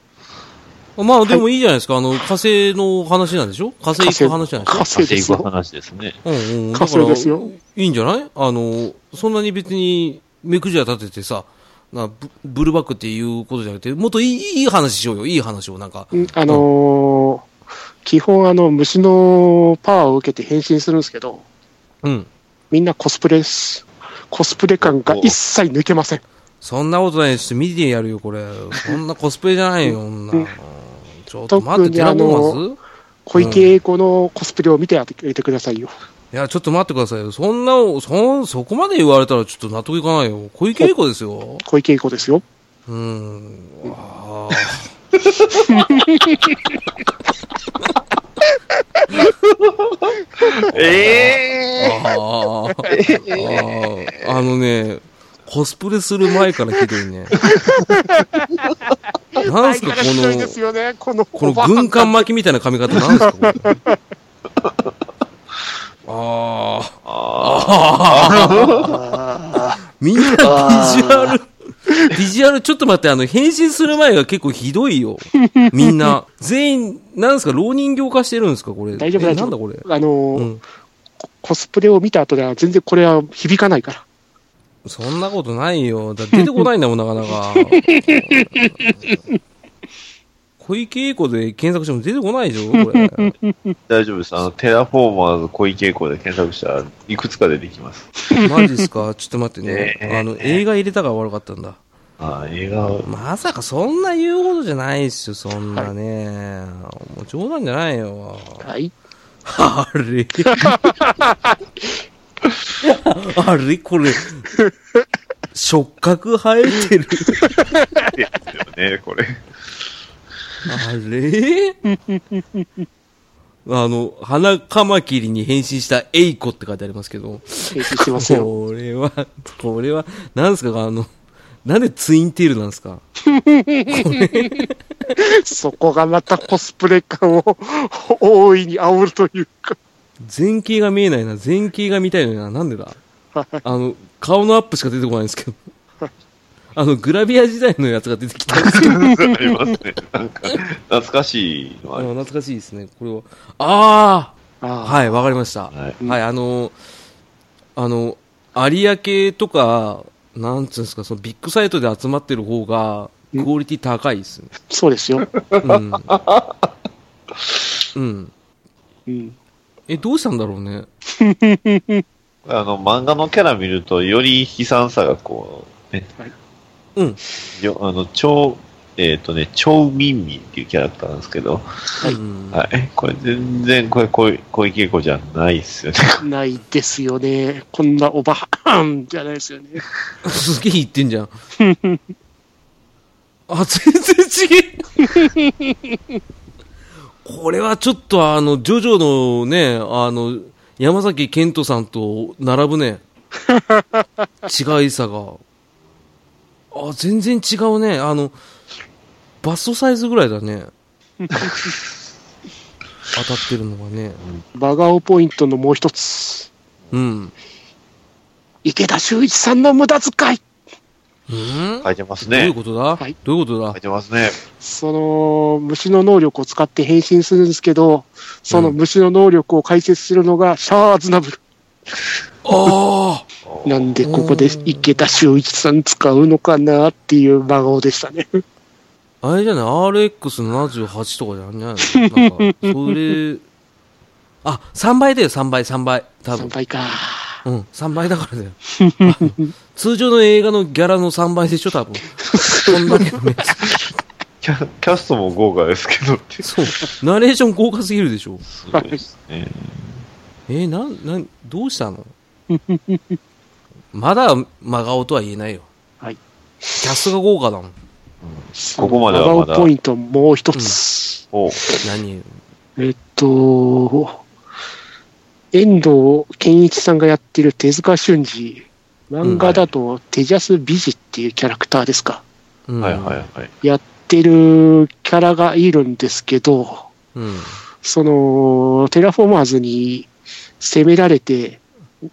S3: まあでもいいじゃないですか。あの、火星の話なんでしょ火星行く話なんでし
S2: 火
S3: ょ
S2: 星です
S1: 稼ぐ
S2: よ。
S1: 話ですね。
S3: うんうん。
S2: 火星ですよ。
S3: いいんじゃないあの、そんなに別に目くじら立ててさ、なブブルーバックっていうことじゃなくて、もっといいいい話しようよ。いい話をなんか。
S2: うんあのー基本あの、虫のパワーを受けて変身するんですけど、
S3: うん。
S2: みんなコスプレです。コスプレ感が一切抜けません。
S3: そんなことない。ちょっと見てやるよ、これ。そんなコスプレじゃないよ、女。うんちょっと待って、テラフォーマンス
S2: 小池栄子のコスプレを見てあげてくださいよ。
S3: いや、ちょっと待ってくださいよ。そんな、そん、そこまで言われたらちょっと納得いかないよ。小池栄子ですよ。
S2: 小池栄子ですよ。
S3: うーん。あ
S1: え
S3: ーあー。あーあのね、コスプレする前からひどいね。なんすか、こ
S2: 相変わらずひどいです
S3: の、
S2: よね、この、
S3: この軍艦巻きみたいな髪型なんすか、これ。あー
S2: あー
S3: みんなビジュアル、 ビジュアル、ちょっと待って、あの、変身する前が結構ひどいよ。みんな。全員、なんですか、老人形化してるんですか、これ。
S2: 大丈夫、
S3: え
S2: 大
S3: な
S2: 丈
S3: んだこ
S2: 夫
S3: れ。。
S2: あのー
S3: うん。
S2: コスプレを見た後では全然これは響かないから。
S3: そんなことないよ。だ出てこないんだもん、なかなか。小池栄子で検索しても出てこないでしょ、これ。
S1: 大丈夫です。あの、テラフォーマーズ小池栄子で検索したらいくつか出てきます。
S3: マジっすか、ちょっと待ってね。
S1: ねえ
S3: あの、映画入れたから悪かったんだ。
S1: あー映画、
S3: まさかそんな言うことじゃないっすよ、そんなね。もう冗談じゃないよ。
S2: はい。
S3: あれあれこれ、触覚生えてる。
S1: ね、これ。
S3: あれ あの、花カマキリに変身したエイコって書いてありますけど、
S2: 変身してますよ。
S3: これは、これは、なんですか、あの、なんでツインテールなんですか
S2: そこがまたコスプレ感を大いに煽るというか。
S3: 前景が見えないな、前景が見たいのにな、なんでだあの、顔のアップしか出てこないんですけど。あの、グラビア時代のやつが出てきたんですけど。
S1: ありますね。なんか、懐かしいの
S3: あ
S1: あり
S3: の懐かしいですね。これは。あ
S2: あ
S3: あはい、わかりました。
S1: ますはい。
S3: はい、あの、あの、有明とか、なんつうんですか、そのビッグサイトで集まってる方が、
S2: うん
S3: クオリティ高いですね。
S2: あ、そうですよ。
S3: うん。うん。
S2: うん。
S3: え、どうしたんだろうね。
S1: あの、漫画のキャラ見ると、より悲惨さがこう、ね。
S2: はい
S3: うん。
S1: よあの、超、えっ、とね、超ミンミンっていうキャラクターなんですけど、
S2: い
S3: うん
S1: はい。これ全然、これ、こう小池恵子じゃないっすよね。
S2: ないですよね。こんなおば はんじゃないですよね。
S3: すげえ言ってんじ ゃん。あ、全然違え。これはちょっとあの、ジョジョのね、あの、山崎賢人さんと並ぶね。違いさが。あ、全然違うね。あの、バストサイズぐらい だね。当たってるのがね。
S2: バガオポイントのもう一つ。
S3: うん。
S2: 池田修一さんの無駄遣い。
S3: うん、
S1: 書いてます
S3: どういう
S1: ね。
S3: ことだ、
S2: はい
S3: どういうことだ
S1: 書いてますね。
S2: その虫の能力を使って変身するんですけど、その虫の能力を解説するのがシャア・アズナブル。
S3: ああ
S2: なんでここで池田修一さん使うのかなっていう真顔でしたね。
S3: あれじゃない ?RX78 とかじゃないなんか、それ、あ、3倍だよ、3倍、3倍。多
S2: 3
S3: 分。
S2: 倍か。
S3: うん、3倍だからだよ。あの通常の映画のギャラの3倍でしょ、多分。そんだけのめっちゃ
S1: キャキャストも豪華ですけどって、
S3: そう。ナレーション豪華すぎるでしょ。
S1: すごいですね。
S3: えー、なん、なん、どうしたのまだ真顔とは言えないよ。
S2: はい。
S3: キャストが豪華だもん。
S1: ここまではまだ
S2: 真顔ポイントもう一つ。
S1: おう
S3: 何
S2: えっと、遠藤健一さんがやってる手塚俊二。漫画だとテジャス・ビジっていうキャラクターですか。
S3: うん
S1: はいはいはい。
S2: やってるキャラがいるんですけど、
S3: うん。
S2: その、テラフォーマーズに攻められて、
S3: うん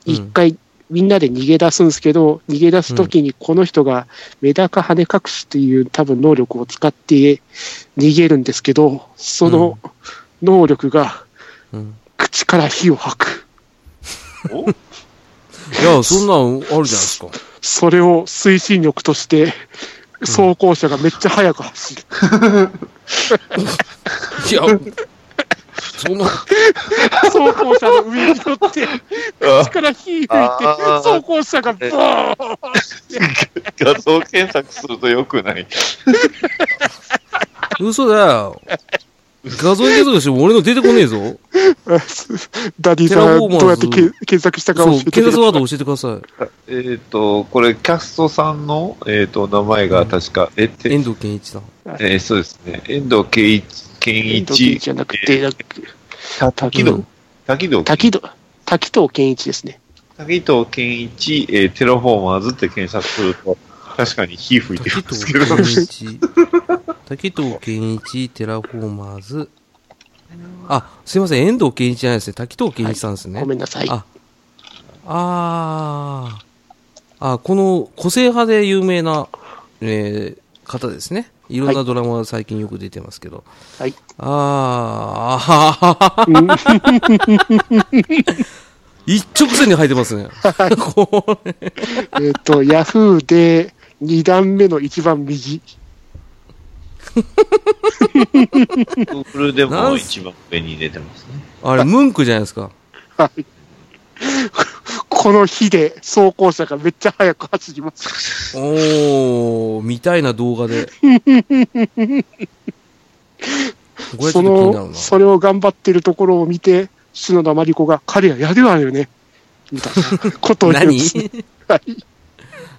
S2: 一回みんなで逃げ出すんですけど、逃げ出すときにこの人がメダカ羽隠しという多分能力を使って逃げるんですけど、その能力が
S3: うん。
S2: 口から火を吐く。
S1: お
S3: いや、そんなんあるじゃないですか。
S2: それを推進力として、走行車がめっちゃ速く走る。
S3: いや、その、
S2: 走行車の上に乗って、口
S1: あ
S2: から火吹いて、
S1: あー
S2: 走行車がボーン
S1: 画像検索するとよくない。
S3: 嘘だよ。画像検索しても俺の出てこねえぞ。
S2: ダディさん、どうやって
S3: テラフォーマーズ
S2: け検索したか教
S3: そ
S2: え
S3: う、
S2: てく
S3: 検
S2: れ
S3: 索ワード教えてください。
S1: えっ、と、これ、キャストさんの、えっ、と、名前が確か、え、て
S3: 遠藤健一さん。
S1: えーそうですね。遠藤健一、健
S2: 遠藤健
S1: 一
S2: 一、じゃなくて、なんか
S1: 滝
S3: う
S1: 戸
S3: ん、
S1: 滝戸、
S2: 滝戸、滝藤健一ですね。
S1: 滝戸健一、えーテロフォーマーズって検索すると、確かに火吹いてるん
S3: 滝
S1: です
S3: 藤
S1: けど、
S3: 健一。滝藤健一、テラフォーマーズ。あ、すいません、遠藤健一じゃないですね。滝藤健一さんですね。
S2: ごめんなさい。
S3: あ、あー。あ、この個性派で有名な、えー方ですね。いろんなドラマが最近よく出てますけど。
S2: はい。
S3: あーあははは
S2: うん
S3: 一直線に入ってます ね。これ
S2: えっと、ヤフーで2段目の一番右。
S1: Google で
S3: な
S1: も
S3: んす
S1: 一番上に出てますね。
S3: あれ、ムンクじゃないですか。
S2: はい この火で走行車がめっちゃ速く走ります。
S3: おー、みたいな動画で。これちょ
S2: そ
S3: っと気になる
S2: の、
S3: な。
S2: それを頑張ってるところを見て、篠田麻里子が、彼はやるわよね。みたいなことを言 うん
S3: 何
S2: です。はい。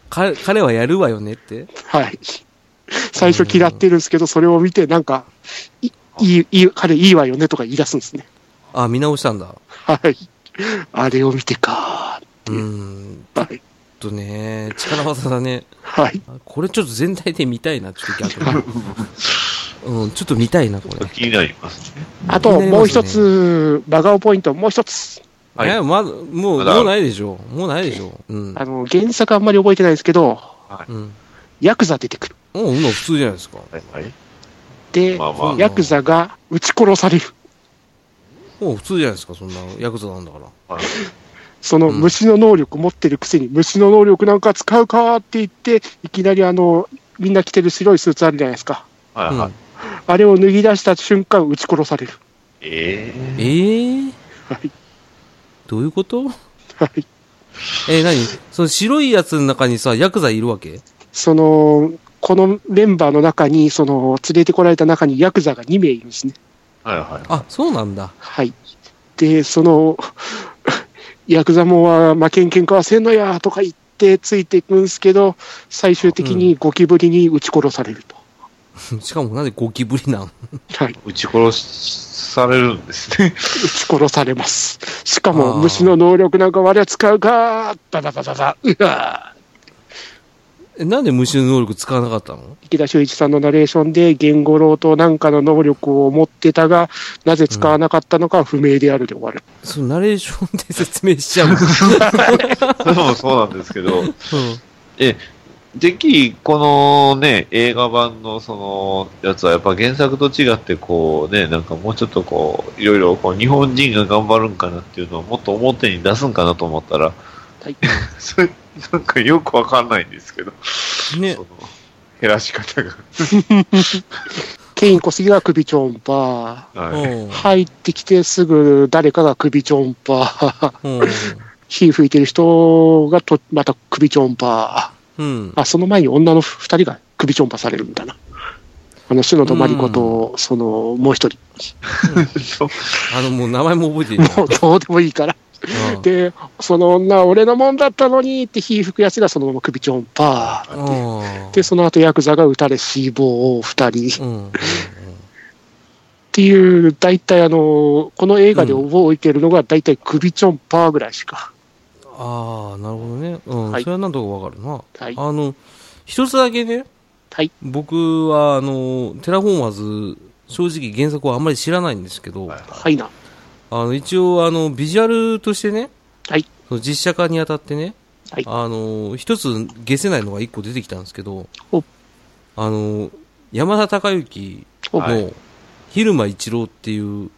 S3: か彼はやるわよねって
S2: はい。最初嫌ってるんですけど、それを見て、なんか、いいい、いい、彼いいわよねとか言い出すんですね。
S3: あ、見直したんだ。
S2: はい。あれを見てか
S3: うーん。
S2: ー。はい。
S3: ちょっとね、力技だね。
S2: はい。
S3: あこれちょっと全体で見たいな、ちょっと逆に。うん、ちょっと見たいな、これ。
S1: 気になりますね。
S2: あと、もう一つ、真顔ポイント、もう一つ。
S1: はい
S3: え、まだ、もう、
S1: まだ
S3: もうないでしょう。もうないでしょう。うん。
S2: あの、原作あんまり覚えてないですけど、
S3: うん。
S2: ヤクザ出てくる。
S3: もう、今普通じゃないですか。
S1: はいはい。
S2: で、
S1: まあまあ
S2: ヤクザが撃ち殺される。
S3: もう普通じゃないですか、そんな、ヤクザなんだから。
S1: はい
S2: その
S3: うん
S2: 虫の能力持ってるくせに、虫の能力なんか使うかって言って、いきなりあの、みんな着てる白いスーツあるじゃないですか。
S1: はいはい。
S3: うん
S2: あれを脱ぎ出した瞬間、撃ち殺される。
S1: ええ
S3: ええ
S2: はい
S3: どういうこと
S2: はい。
S3: えー、何その白いやつの中にさ、ヤクザいるわけ
S2: その、このメンバーの中に、その、連れてこられた中にヤクザが2名いるんですね。
S1: はいはい。
S3: あ、そうなんだ。
S2: はい。で、その、 ヤクザもんは負けん喧嘩はせんのやとか言ってついていくんですけど、最終的にゴキブリに撃ち殺されると。
S3: しかもなんでゴキブリなん
S2: はい。
S1: 撃ち殺されるんですね。
S2: 撃ち殺されます。しか
S3: あー
S2: も、虫の能力なんか我は使うかダダダダダうわー
S3: え、なんで虫の能力使わなかったの
S2: 池田修一さんのナレーションで、ゲンゴロウとなんかの能力を持ってたが、なぜ使わなかったのかは不明であるで終わる。
S3: そのナレーションで説明しちゃう。う
S1: それもそうなんですけど、
S3: ん。
S1: てっきりこのね、映画版のそのやつはやっぱ原作と違ってこうね、なんかもうちょっとこう、いろいろこう日本人が頑張るんかなっていうのをもっと表に出すんかなと思ったら、
S2: はい
S1: それ、なんかよくわかんないんですけど、
S3: ね
S1: そ。の減らし方が。
S2: ケイン小杉が首ちょんぱ
S1: は
S3: う
S1: い。
S3: ん。
S2: 入ってきてすぐ誰かが首ちょんぱ
S3: うん
S2: 火吹いてる人がとまた首ちょんぱ
S3: うん。
S2: あ、その前に女の二人が首ちょんぱされるんだな。あの、篠田真理子と、その、もう一人。
S1: そう
S3: あの、もう名前も覚えていない
S2: もうどうでもいいから。
S3: うん
S2: で、その女、俺のもんだったのにって火吹くやつがそのまま首ちょんぱーって
S3: うん
S2: で、その後ヤクザが撃たれ死亡二人っ
S3: うん。うん
S2: ていう、大体あの、この映画で覚えてるのが大体首ちょんぱーぐらいしか。
S3: ああ、なるほどね。うん。
S2: はい
S3: それはなんとかわかるな。
S2: はい。
S3: あの、一つだけね、
S2: はい。
S3: 僕は、あの、テラフォーマーズ、正直原作はあんまり知らないんですけど、
S1: はい
S2: はいな。
S3: あの、一応、あの、ビジュアルとしてね、
S2: はい。
S3: その実写化にあたってね、
S2: はい
S3: あの、一つ消せないのが一個出てきたんですけど
S2: お、
S3: あの、山田孝之
S2: お
S1: はい
S3: の、昼間一郎っていう、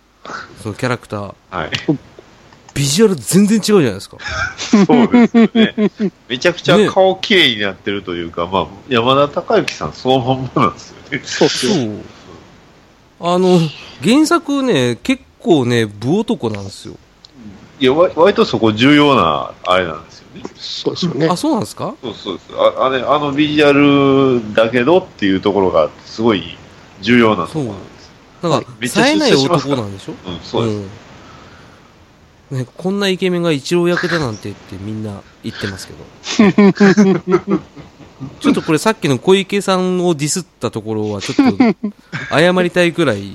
S3: そのキャラクター、
S1: はい。
S3: ビジュアル全然違うじゃないですか。
S1: そうですよ ね。めちゃくちゃ顔綺麗になってるというか、まあ、山田孝之さんそのまんまなんですよね。
S2: そうっす
S3: そ
S2: よ。
S3: う。あの、原作ね、結構ね、武男なんですよ。
S1: いや、わ割とそこ重要な、あれなんですよね。
S2: そうですよね
S3: あ、。そうなんですか
S1: そうそうです。ああれ、あのビジュアルだけどっていうところが、すごい重要なところなんです。
S3: なんか
S1: は、い
S3: 冴えない男なんでしょ
S1: うん、そうです。
S3: うんね、こんなイケメンが一郎役だなんてってみんな言ってますけど。 ちょっとこれさっきの小池さんをディスったところは ちょっと謝りたいくらい、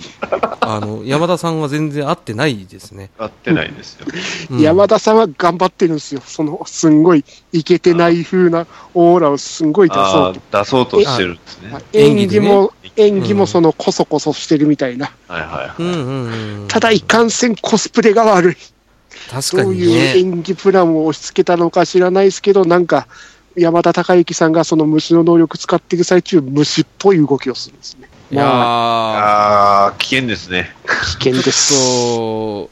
S3: あの、山田さんは全然合ってないですね。
S1: 合ってないですよ。
S3: うん
S2: 山田さんは頑張ってるんですよ。その、すんごい、いけてない風なオーラをすんごい出そ
S1: あ
S2: うと。
S1: あ、出そうとしてるんですね。
S2: ま
S1: は
S2: あ
S1: い
S3: 演
S2: 演
S3: 技で
S2: 技
S3: ね
S2: も、演技
S3: う
S2: も
S3: ん
S2: その、こそこそしてるみたいな。
S1: はいは
S3: う
S1: い。
S3: んうんうん。
S2: ただいかんせんコスプレが悪い。
S3: 確か
S2: どう
S3: に
S2: いう
S3: ね。
S2: 演技プランを押し付けたのか知らないですけど、なんか、山田孝之さんがその虫の能力使っていく最中、虫っぽい動きをするんですね。
S3: いや
S2: まあ、
S3: ー
S1: ああ、危険ですね。
S2: 危険です。
S3: そ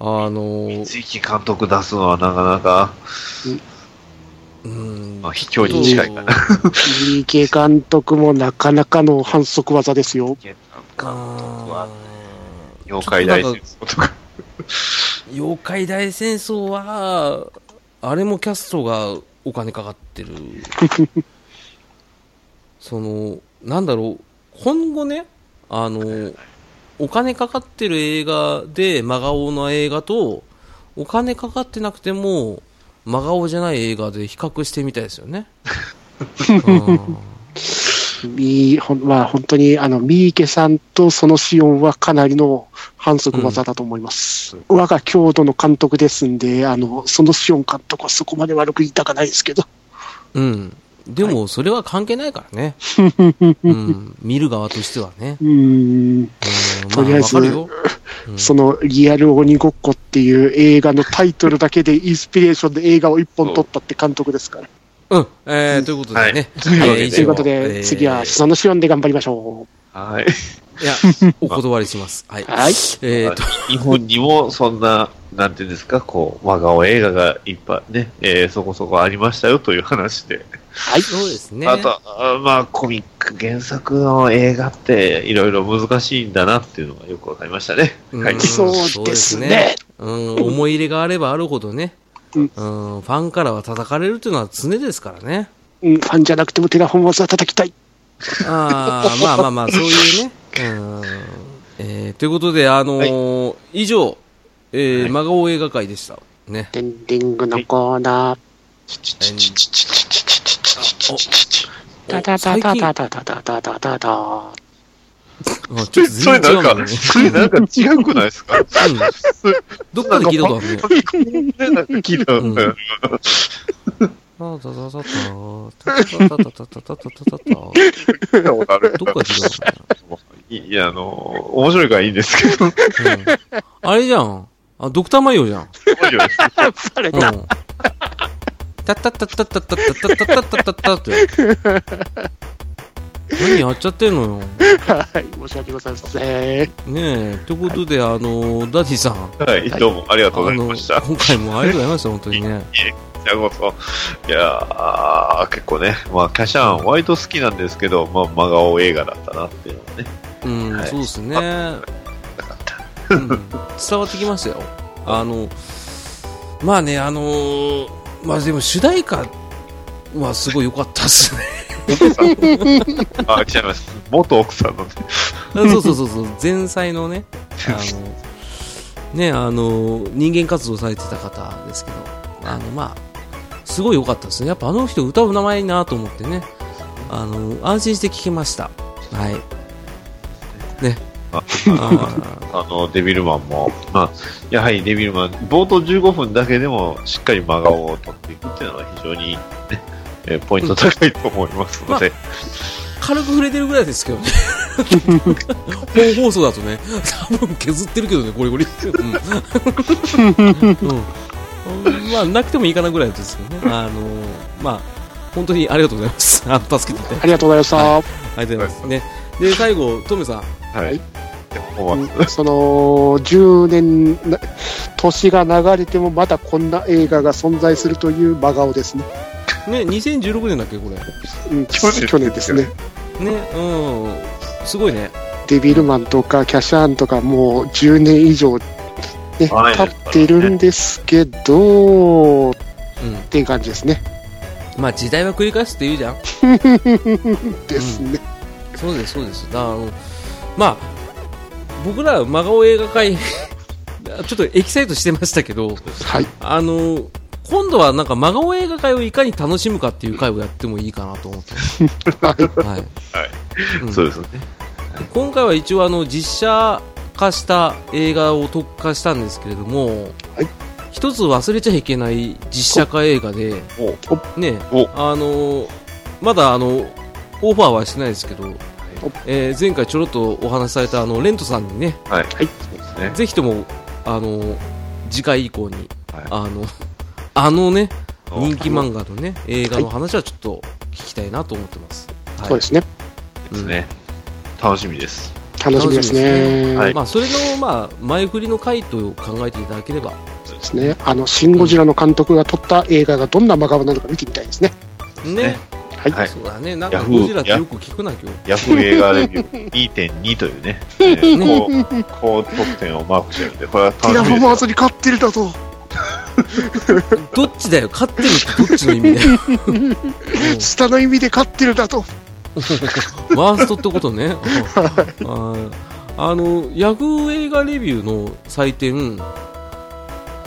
S3: う、あの、
S1: 三木監督出すのはなかなか、
S3: うん
S1: まあ、。卑怯に近いかな。
S2: 入池監督もなかなかの反則技ですよ。
S1: 三木監督は
S3: あ、
S1: 妖怪大戦争とか。
S3: ー妖怪大戦争は、あれもキャストがお金かかって る。その、なんだろう、今後ね、あの、お金かかってる映画で真顔の映画と、お金かかってなくても、真顔じゃない映画で比較してみたいです よね。うん
S2: みーほんまあ、本当に、あの、三池さんとそのシオンはかなりの反則技だと思います。我が郷土の監督ですんで、あの、そのシオン監督はそこまで悪く言いたくないですけど。
S3: うん。でも、それは関係ないからね。うん。見る側としてはね。
S2: うーん。
S3: うん、
S2: とりあえず
S3: まわかるよ。うん
S2: そのリアル鬼ごっこっていう映画のタイトルだけでインスピレーションで映画を一本撮ったって監督ですから。
S3: うん、えー、ということでね。
S1: はい
S3: えー
S1: という
S2: ということで、次は、そのシオンで頑張りましょう。
S1: はい。
S3: いや、お断りします。はい。
S2: はい。
S3: えーと、
S1: 日本にもそんな、なんていうんですか、こう、真顔映画がいっぱいね、えーそこそこありましたよという話で。
S2: はい。
S3: そうですね。
S1: あと、あまあ、コミック原作の映画っていろいろ難しいんだなっていうのがよくわかりましたね。
S3: うん
S1: はい。
S2: そうですね。
S3: うん、思い入れがあればあるほどね、う、
S2: うんん
S3: ファンからは叩かれるっていうのは常ですからね。
S2: うん、ファンじゃなくてもテラフォーマーズは叩きたい。
S3: あーまあまあまあ、そういうね。うんえー、ということで、あのー以上、えー
S1: はい
S3: 真顔映画会でした。ね。
S2: エンディングのコーナー。タタタタタタタタタタタタ。
S3: あちょっと
S1: それ
S3: 全然
S1: な
S3: 違うんん
S1: か、
S3: だね。
S1: それなんか違くないです か
S3: うんどっかで聞いたことあるね。
S1: なんか聞いた
S3: うんタタタタタタタタタタタタタタ
S1: 聞いたことある
S3: どっかで聞いたことある。
S1: いや、あの、面白いからいいんですけど、
S3: うんあれじゃん。あ、ドクターマリオじゃん。
S1: 面白いです
S2: バレ
S3: うん。
S2: た。
S3: たたたたたたたたたたたたたって。何やっちゃってんのよ。
S2: はい。申し訳ございません。
S3: ねえ。ということで、あの、ダディさん。あ
S1: はい、どうもありがとうござい
S3: の、
S1: ました。
S3: 今回もありがとうございました、本当にね。
S1: こちらこ そ。いやー、結構ね、まあ、キャシャン、割と好きなんですけど、まあ、真顔映画だったなっていうのはね。
S3: うん、
S1: はい
S3: そうですね。うん伝わってきましたよ。あの、まあね、あのーまあでも主題歌はすごい良かったで すね。
S1: あ、違います。 元奥さんのね。
S3: そうそうそうそう、前菜のね、あの、ね、あの、人間活動されてた方ですけど、あの、まあ、すごい良かったですね。やっぱあの人歌う名前いいなと思ってね、あの、安心して聞けました。はい。ね。
S1: あ
S3: あ
S1: あの、デビルマンも、まあ、やはりデビルマン、冒頭15分だけでもしっかり真顔を取っていくっていうのは非常に、ね、えーポイント高いと思いますので、
S3: ー軽く触れてるぐらいです けどね。本放送だとね、多分削ってるけどね、ゴリゴリ。うん。うん、まあ、なくてもいいかなぐらいですけどね。あの、まあ、本当にありがとうございます。あの助けていただいて
S2: ありがとうございました。
S3: ありがとうございます。ね。で、最後、トムさん。
S1: はい。思います
S2: うんその10年な年が流れてもまだこんな映画が存在するという真顔ですね、
S3: ね、2016年だっけ、これ。
S2: うん、
S1: 去
S2: 去
S1: 年
S2: 年です
S1: で
S2: ね
S3: ね、うん。すごいね。
S2: デビルマンとかキャシャーンとかもう10年以上、ね、
S1: はい
S2: 経ってるんですけど、っていう感じですね
S3: うん。まあ、時代は繰り返すって言うじゃん。
S2: ですね、
S3: そうです、そうです。だあの、まあ、僕ら真顔映画会、 ちょっとエキサイトしてましたけど、
S2: はい
S3: あの、今度はなんか真顔映画会をいかに楽しむかっていう会をやってもいいかなと思ってます。はい。うん
S1: そうですね。
S3: 今回は一応あの実写化した映画を特化したんですけれども、
S2: はい
S3: 一つ忘れちゃいけない実写化映画で、
S1: お
S3: ね
S1: お、
S3: あのまだあのオファーはしてないですけど、えー前回ちょろっとお話しされたあのレントさんにね
S1: はい。
S2: はい
S1: そうですね。
S3: ぜひともあの次回以降に
S1: はい
S3: あの あのね
S1: お
S3: 人気漫画のね映画の話はちょっと聞きたいなと思ってます。はい
S2: そうですね
S1: ですね。楽しみです。
S2: 楽しみです
S3: 楽しみ
S2: ね
S1: はい
S3: まあ、それの、まあ、前振りの回と考えていただければ、
S1: そうで
S2: ですねあのシン・ゴジラの監督が撮った映画がどんな真顔なのか見てみたいですね
S3: ね、
S2: はい、
S1: はい
S3: そうだね、なんか
S1: ヤフー
S3: ゴジラってよく聞くな、今
S1: ヤフー映画レビュー2.2という ね、えー高高得点をマークしてるんで、これは
S2: ティラ
S1: 楽
S2: フォー
S1: し
S2: マ
S1: み
S2: ー
S1: です
S2: ズに勝ってるだと
S3: 日。どっちだよ、勝ってるってどっちの意味だよ。
S2: 下の意味で勝ってるだと
S3: うんワーストってことね。うんあの、ヤフー映画レビューの採点、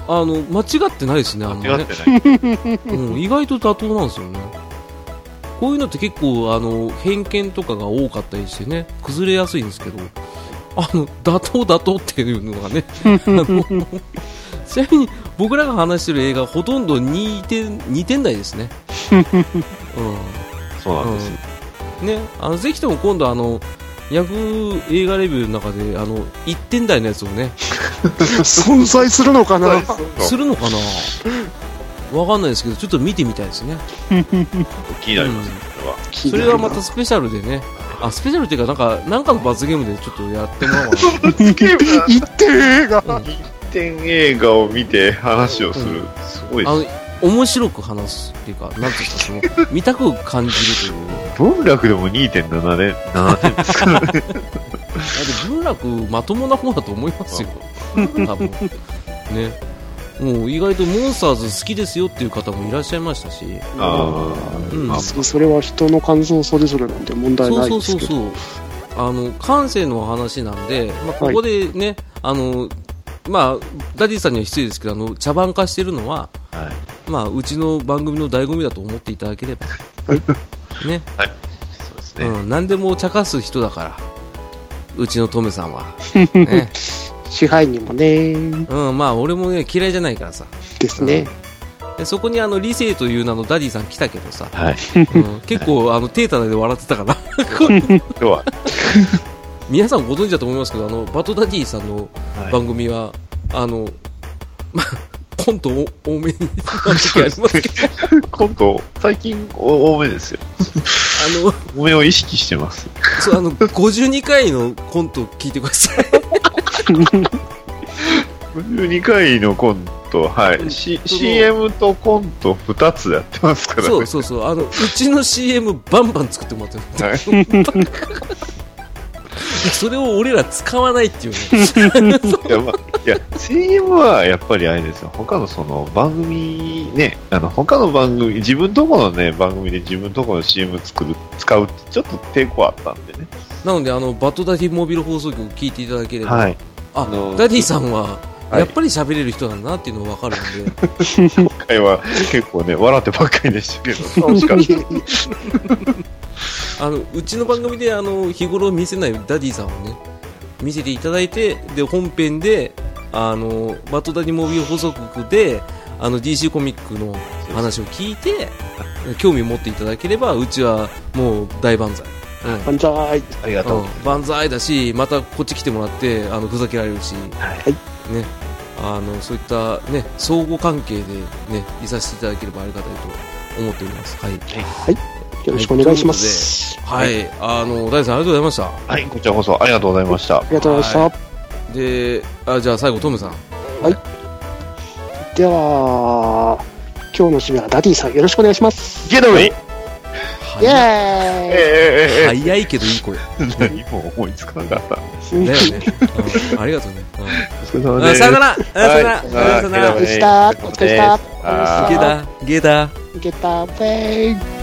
S3: あの、間違ってないですね、あんま
S1: 間違
S3: ね
S1: っ。てない。
S3: うん、意外と妥当なんですよね。こういうのって結構あの偏見とかが多かったりしてね、崩れやすいんですけど、あの妥当妥当っていうのがね、 あのちなみに僕らが話してる映画、ほとんど2点 ,2 点 台ですね。う
S1: そうなん
S3: ん
S1: ですよ。
S3: うんね、あのぜひとも今度あの、ヤフー映画レビューの中であの1点台のやつをね、
S2: 存在するのかな
S3: するのかなわかんないですけど、ちょっと見てみたいですね。
S1: 気になりますね、これは。
S3: それはま たスペシャルでね。あ、スペシャルっていうか、なんか、なんかの罰ゲームでちょっとやってもらおうかな。
S2: 一点映画
S1: 一点映画を見て話をする。すごいです
S3: あ
S1: ね
S3: の、面白く話すっていうか、なんていうんですか、その、見たく感じるという。
S1: 文楽でも2.7で、7点 ですからね。
S3: あで文楽まともな方だと思いますよ多分ねもう意外とモンスターズ好きですよっていう方もいらっしゃいましたし
S1: あー
S3: うん
S1: まあ
S2: そそれは人の感想それぞれなんで問題
S3: そ
S2: ない
S3: うそ
S2: で
S3: う
S2: す
S3: そう
S2: けど
S3: そうあの感性の話なんで、まあ、ここでね、あのまあダディさんには失礼ですけどあの茶番化してるのは、
S1: はい
S3: まあ、うちの番組の醍醐味だと思っていただけ ればね
S1: そうですね。
S3: うん、何でも茶化す人だからうちのトメさ んは、ね
S2: 支配人もね
S3: うん、まあ俺もね嫌いじゃないからさ
S2: ですね
S3: でそこにあの理性という名のダディさん来たけどさ、
S1: はい。
S3: うん結構あの手叩いて笑ってたから
S1: 今日 は、
S3: 皆さんご存知だと思いますけどあのバトダディさんの番組は、あのまあコント多多めになる時ありますけ ど
S1: 今度、最近お多めですよ。
S3: あ の
S1: 多めを意識してます。
S3: そうあの52回のコント聞いてく ださい
S1: 52回のコント、はい。C、CM とコント2つやってますからね。
S3: そうそうそうあのうちの CM バンバン作ってもらってる
S1: はい
S3: それを俺ら使わない っていうね
S1: いや、まあ、いや、CM はやっぱりあれですよ。他のその番組ね、あの、他の番組、自分とこのね、番組で自分とこの CM 作る、使うってちょっと抵抗あったんでね。
S3: なのであのバトダディモビル放送局聞いていただければ、
S1: はい。
S3: あ
S1: あの
S3: ダディさんは
S1: はい
S3: やっぱり喋れる人なんだなっていうのが分かるんで、
S1: 今回は結構ね、笑ってばっかりでしたけど、楽しかった。
S3: あのうちの番組であの日頃見せないダディさんをね見せていただいてで本編であのバトダディモビル放送局であの DC コミックの話を聞いて興味を持っていただければうちはもう大万歳、うん
S2: 万歳
S1: ありがとう。
S3: うん、万歳だしまたこっち来てもらってあのふざけられるし、ね、あのそういった、ね、相互関係で、ね、いさせていただければありがたいと思っております。はい、
S2: よろしくお願いします
S3: はい、あの大地さんありがとうございまし
S1: はい、こちらこそありがとうございました
S2: あ。りがとうございました
S3: たであじゃあ最後トムさん
S2: では今日の締めはダディさんよろしくお願いします
S1: ゲドウェイ
S2: イ
S3: 早い
S1: ええ
S2: エ
S1: えええ
S3: 早いけどいい声だ
S1: え 何も思いつかなかった。
S2: ーイ
S3: よね、うんありがとうね、
S1: お疲れ様
S3: うん
S1: で
S3: あ
S1: す。
S3: さよなら、
S1: はい
S3: あさよなら、さよなら
S1: はい uh,
S2: でしたお疲れ様でした
S1: あ
S3: 池田池田
S2: ゲッターウェイ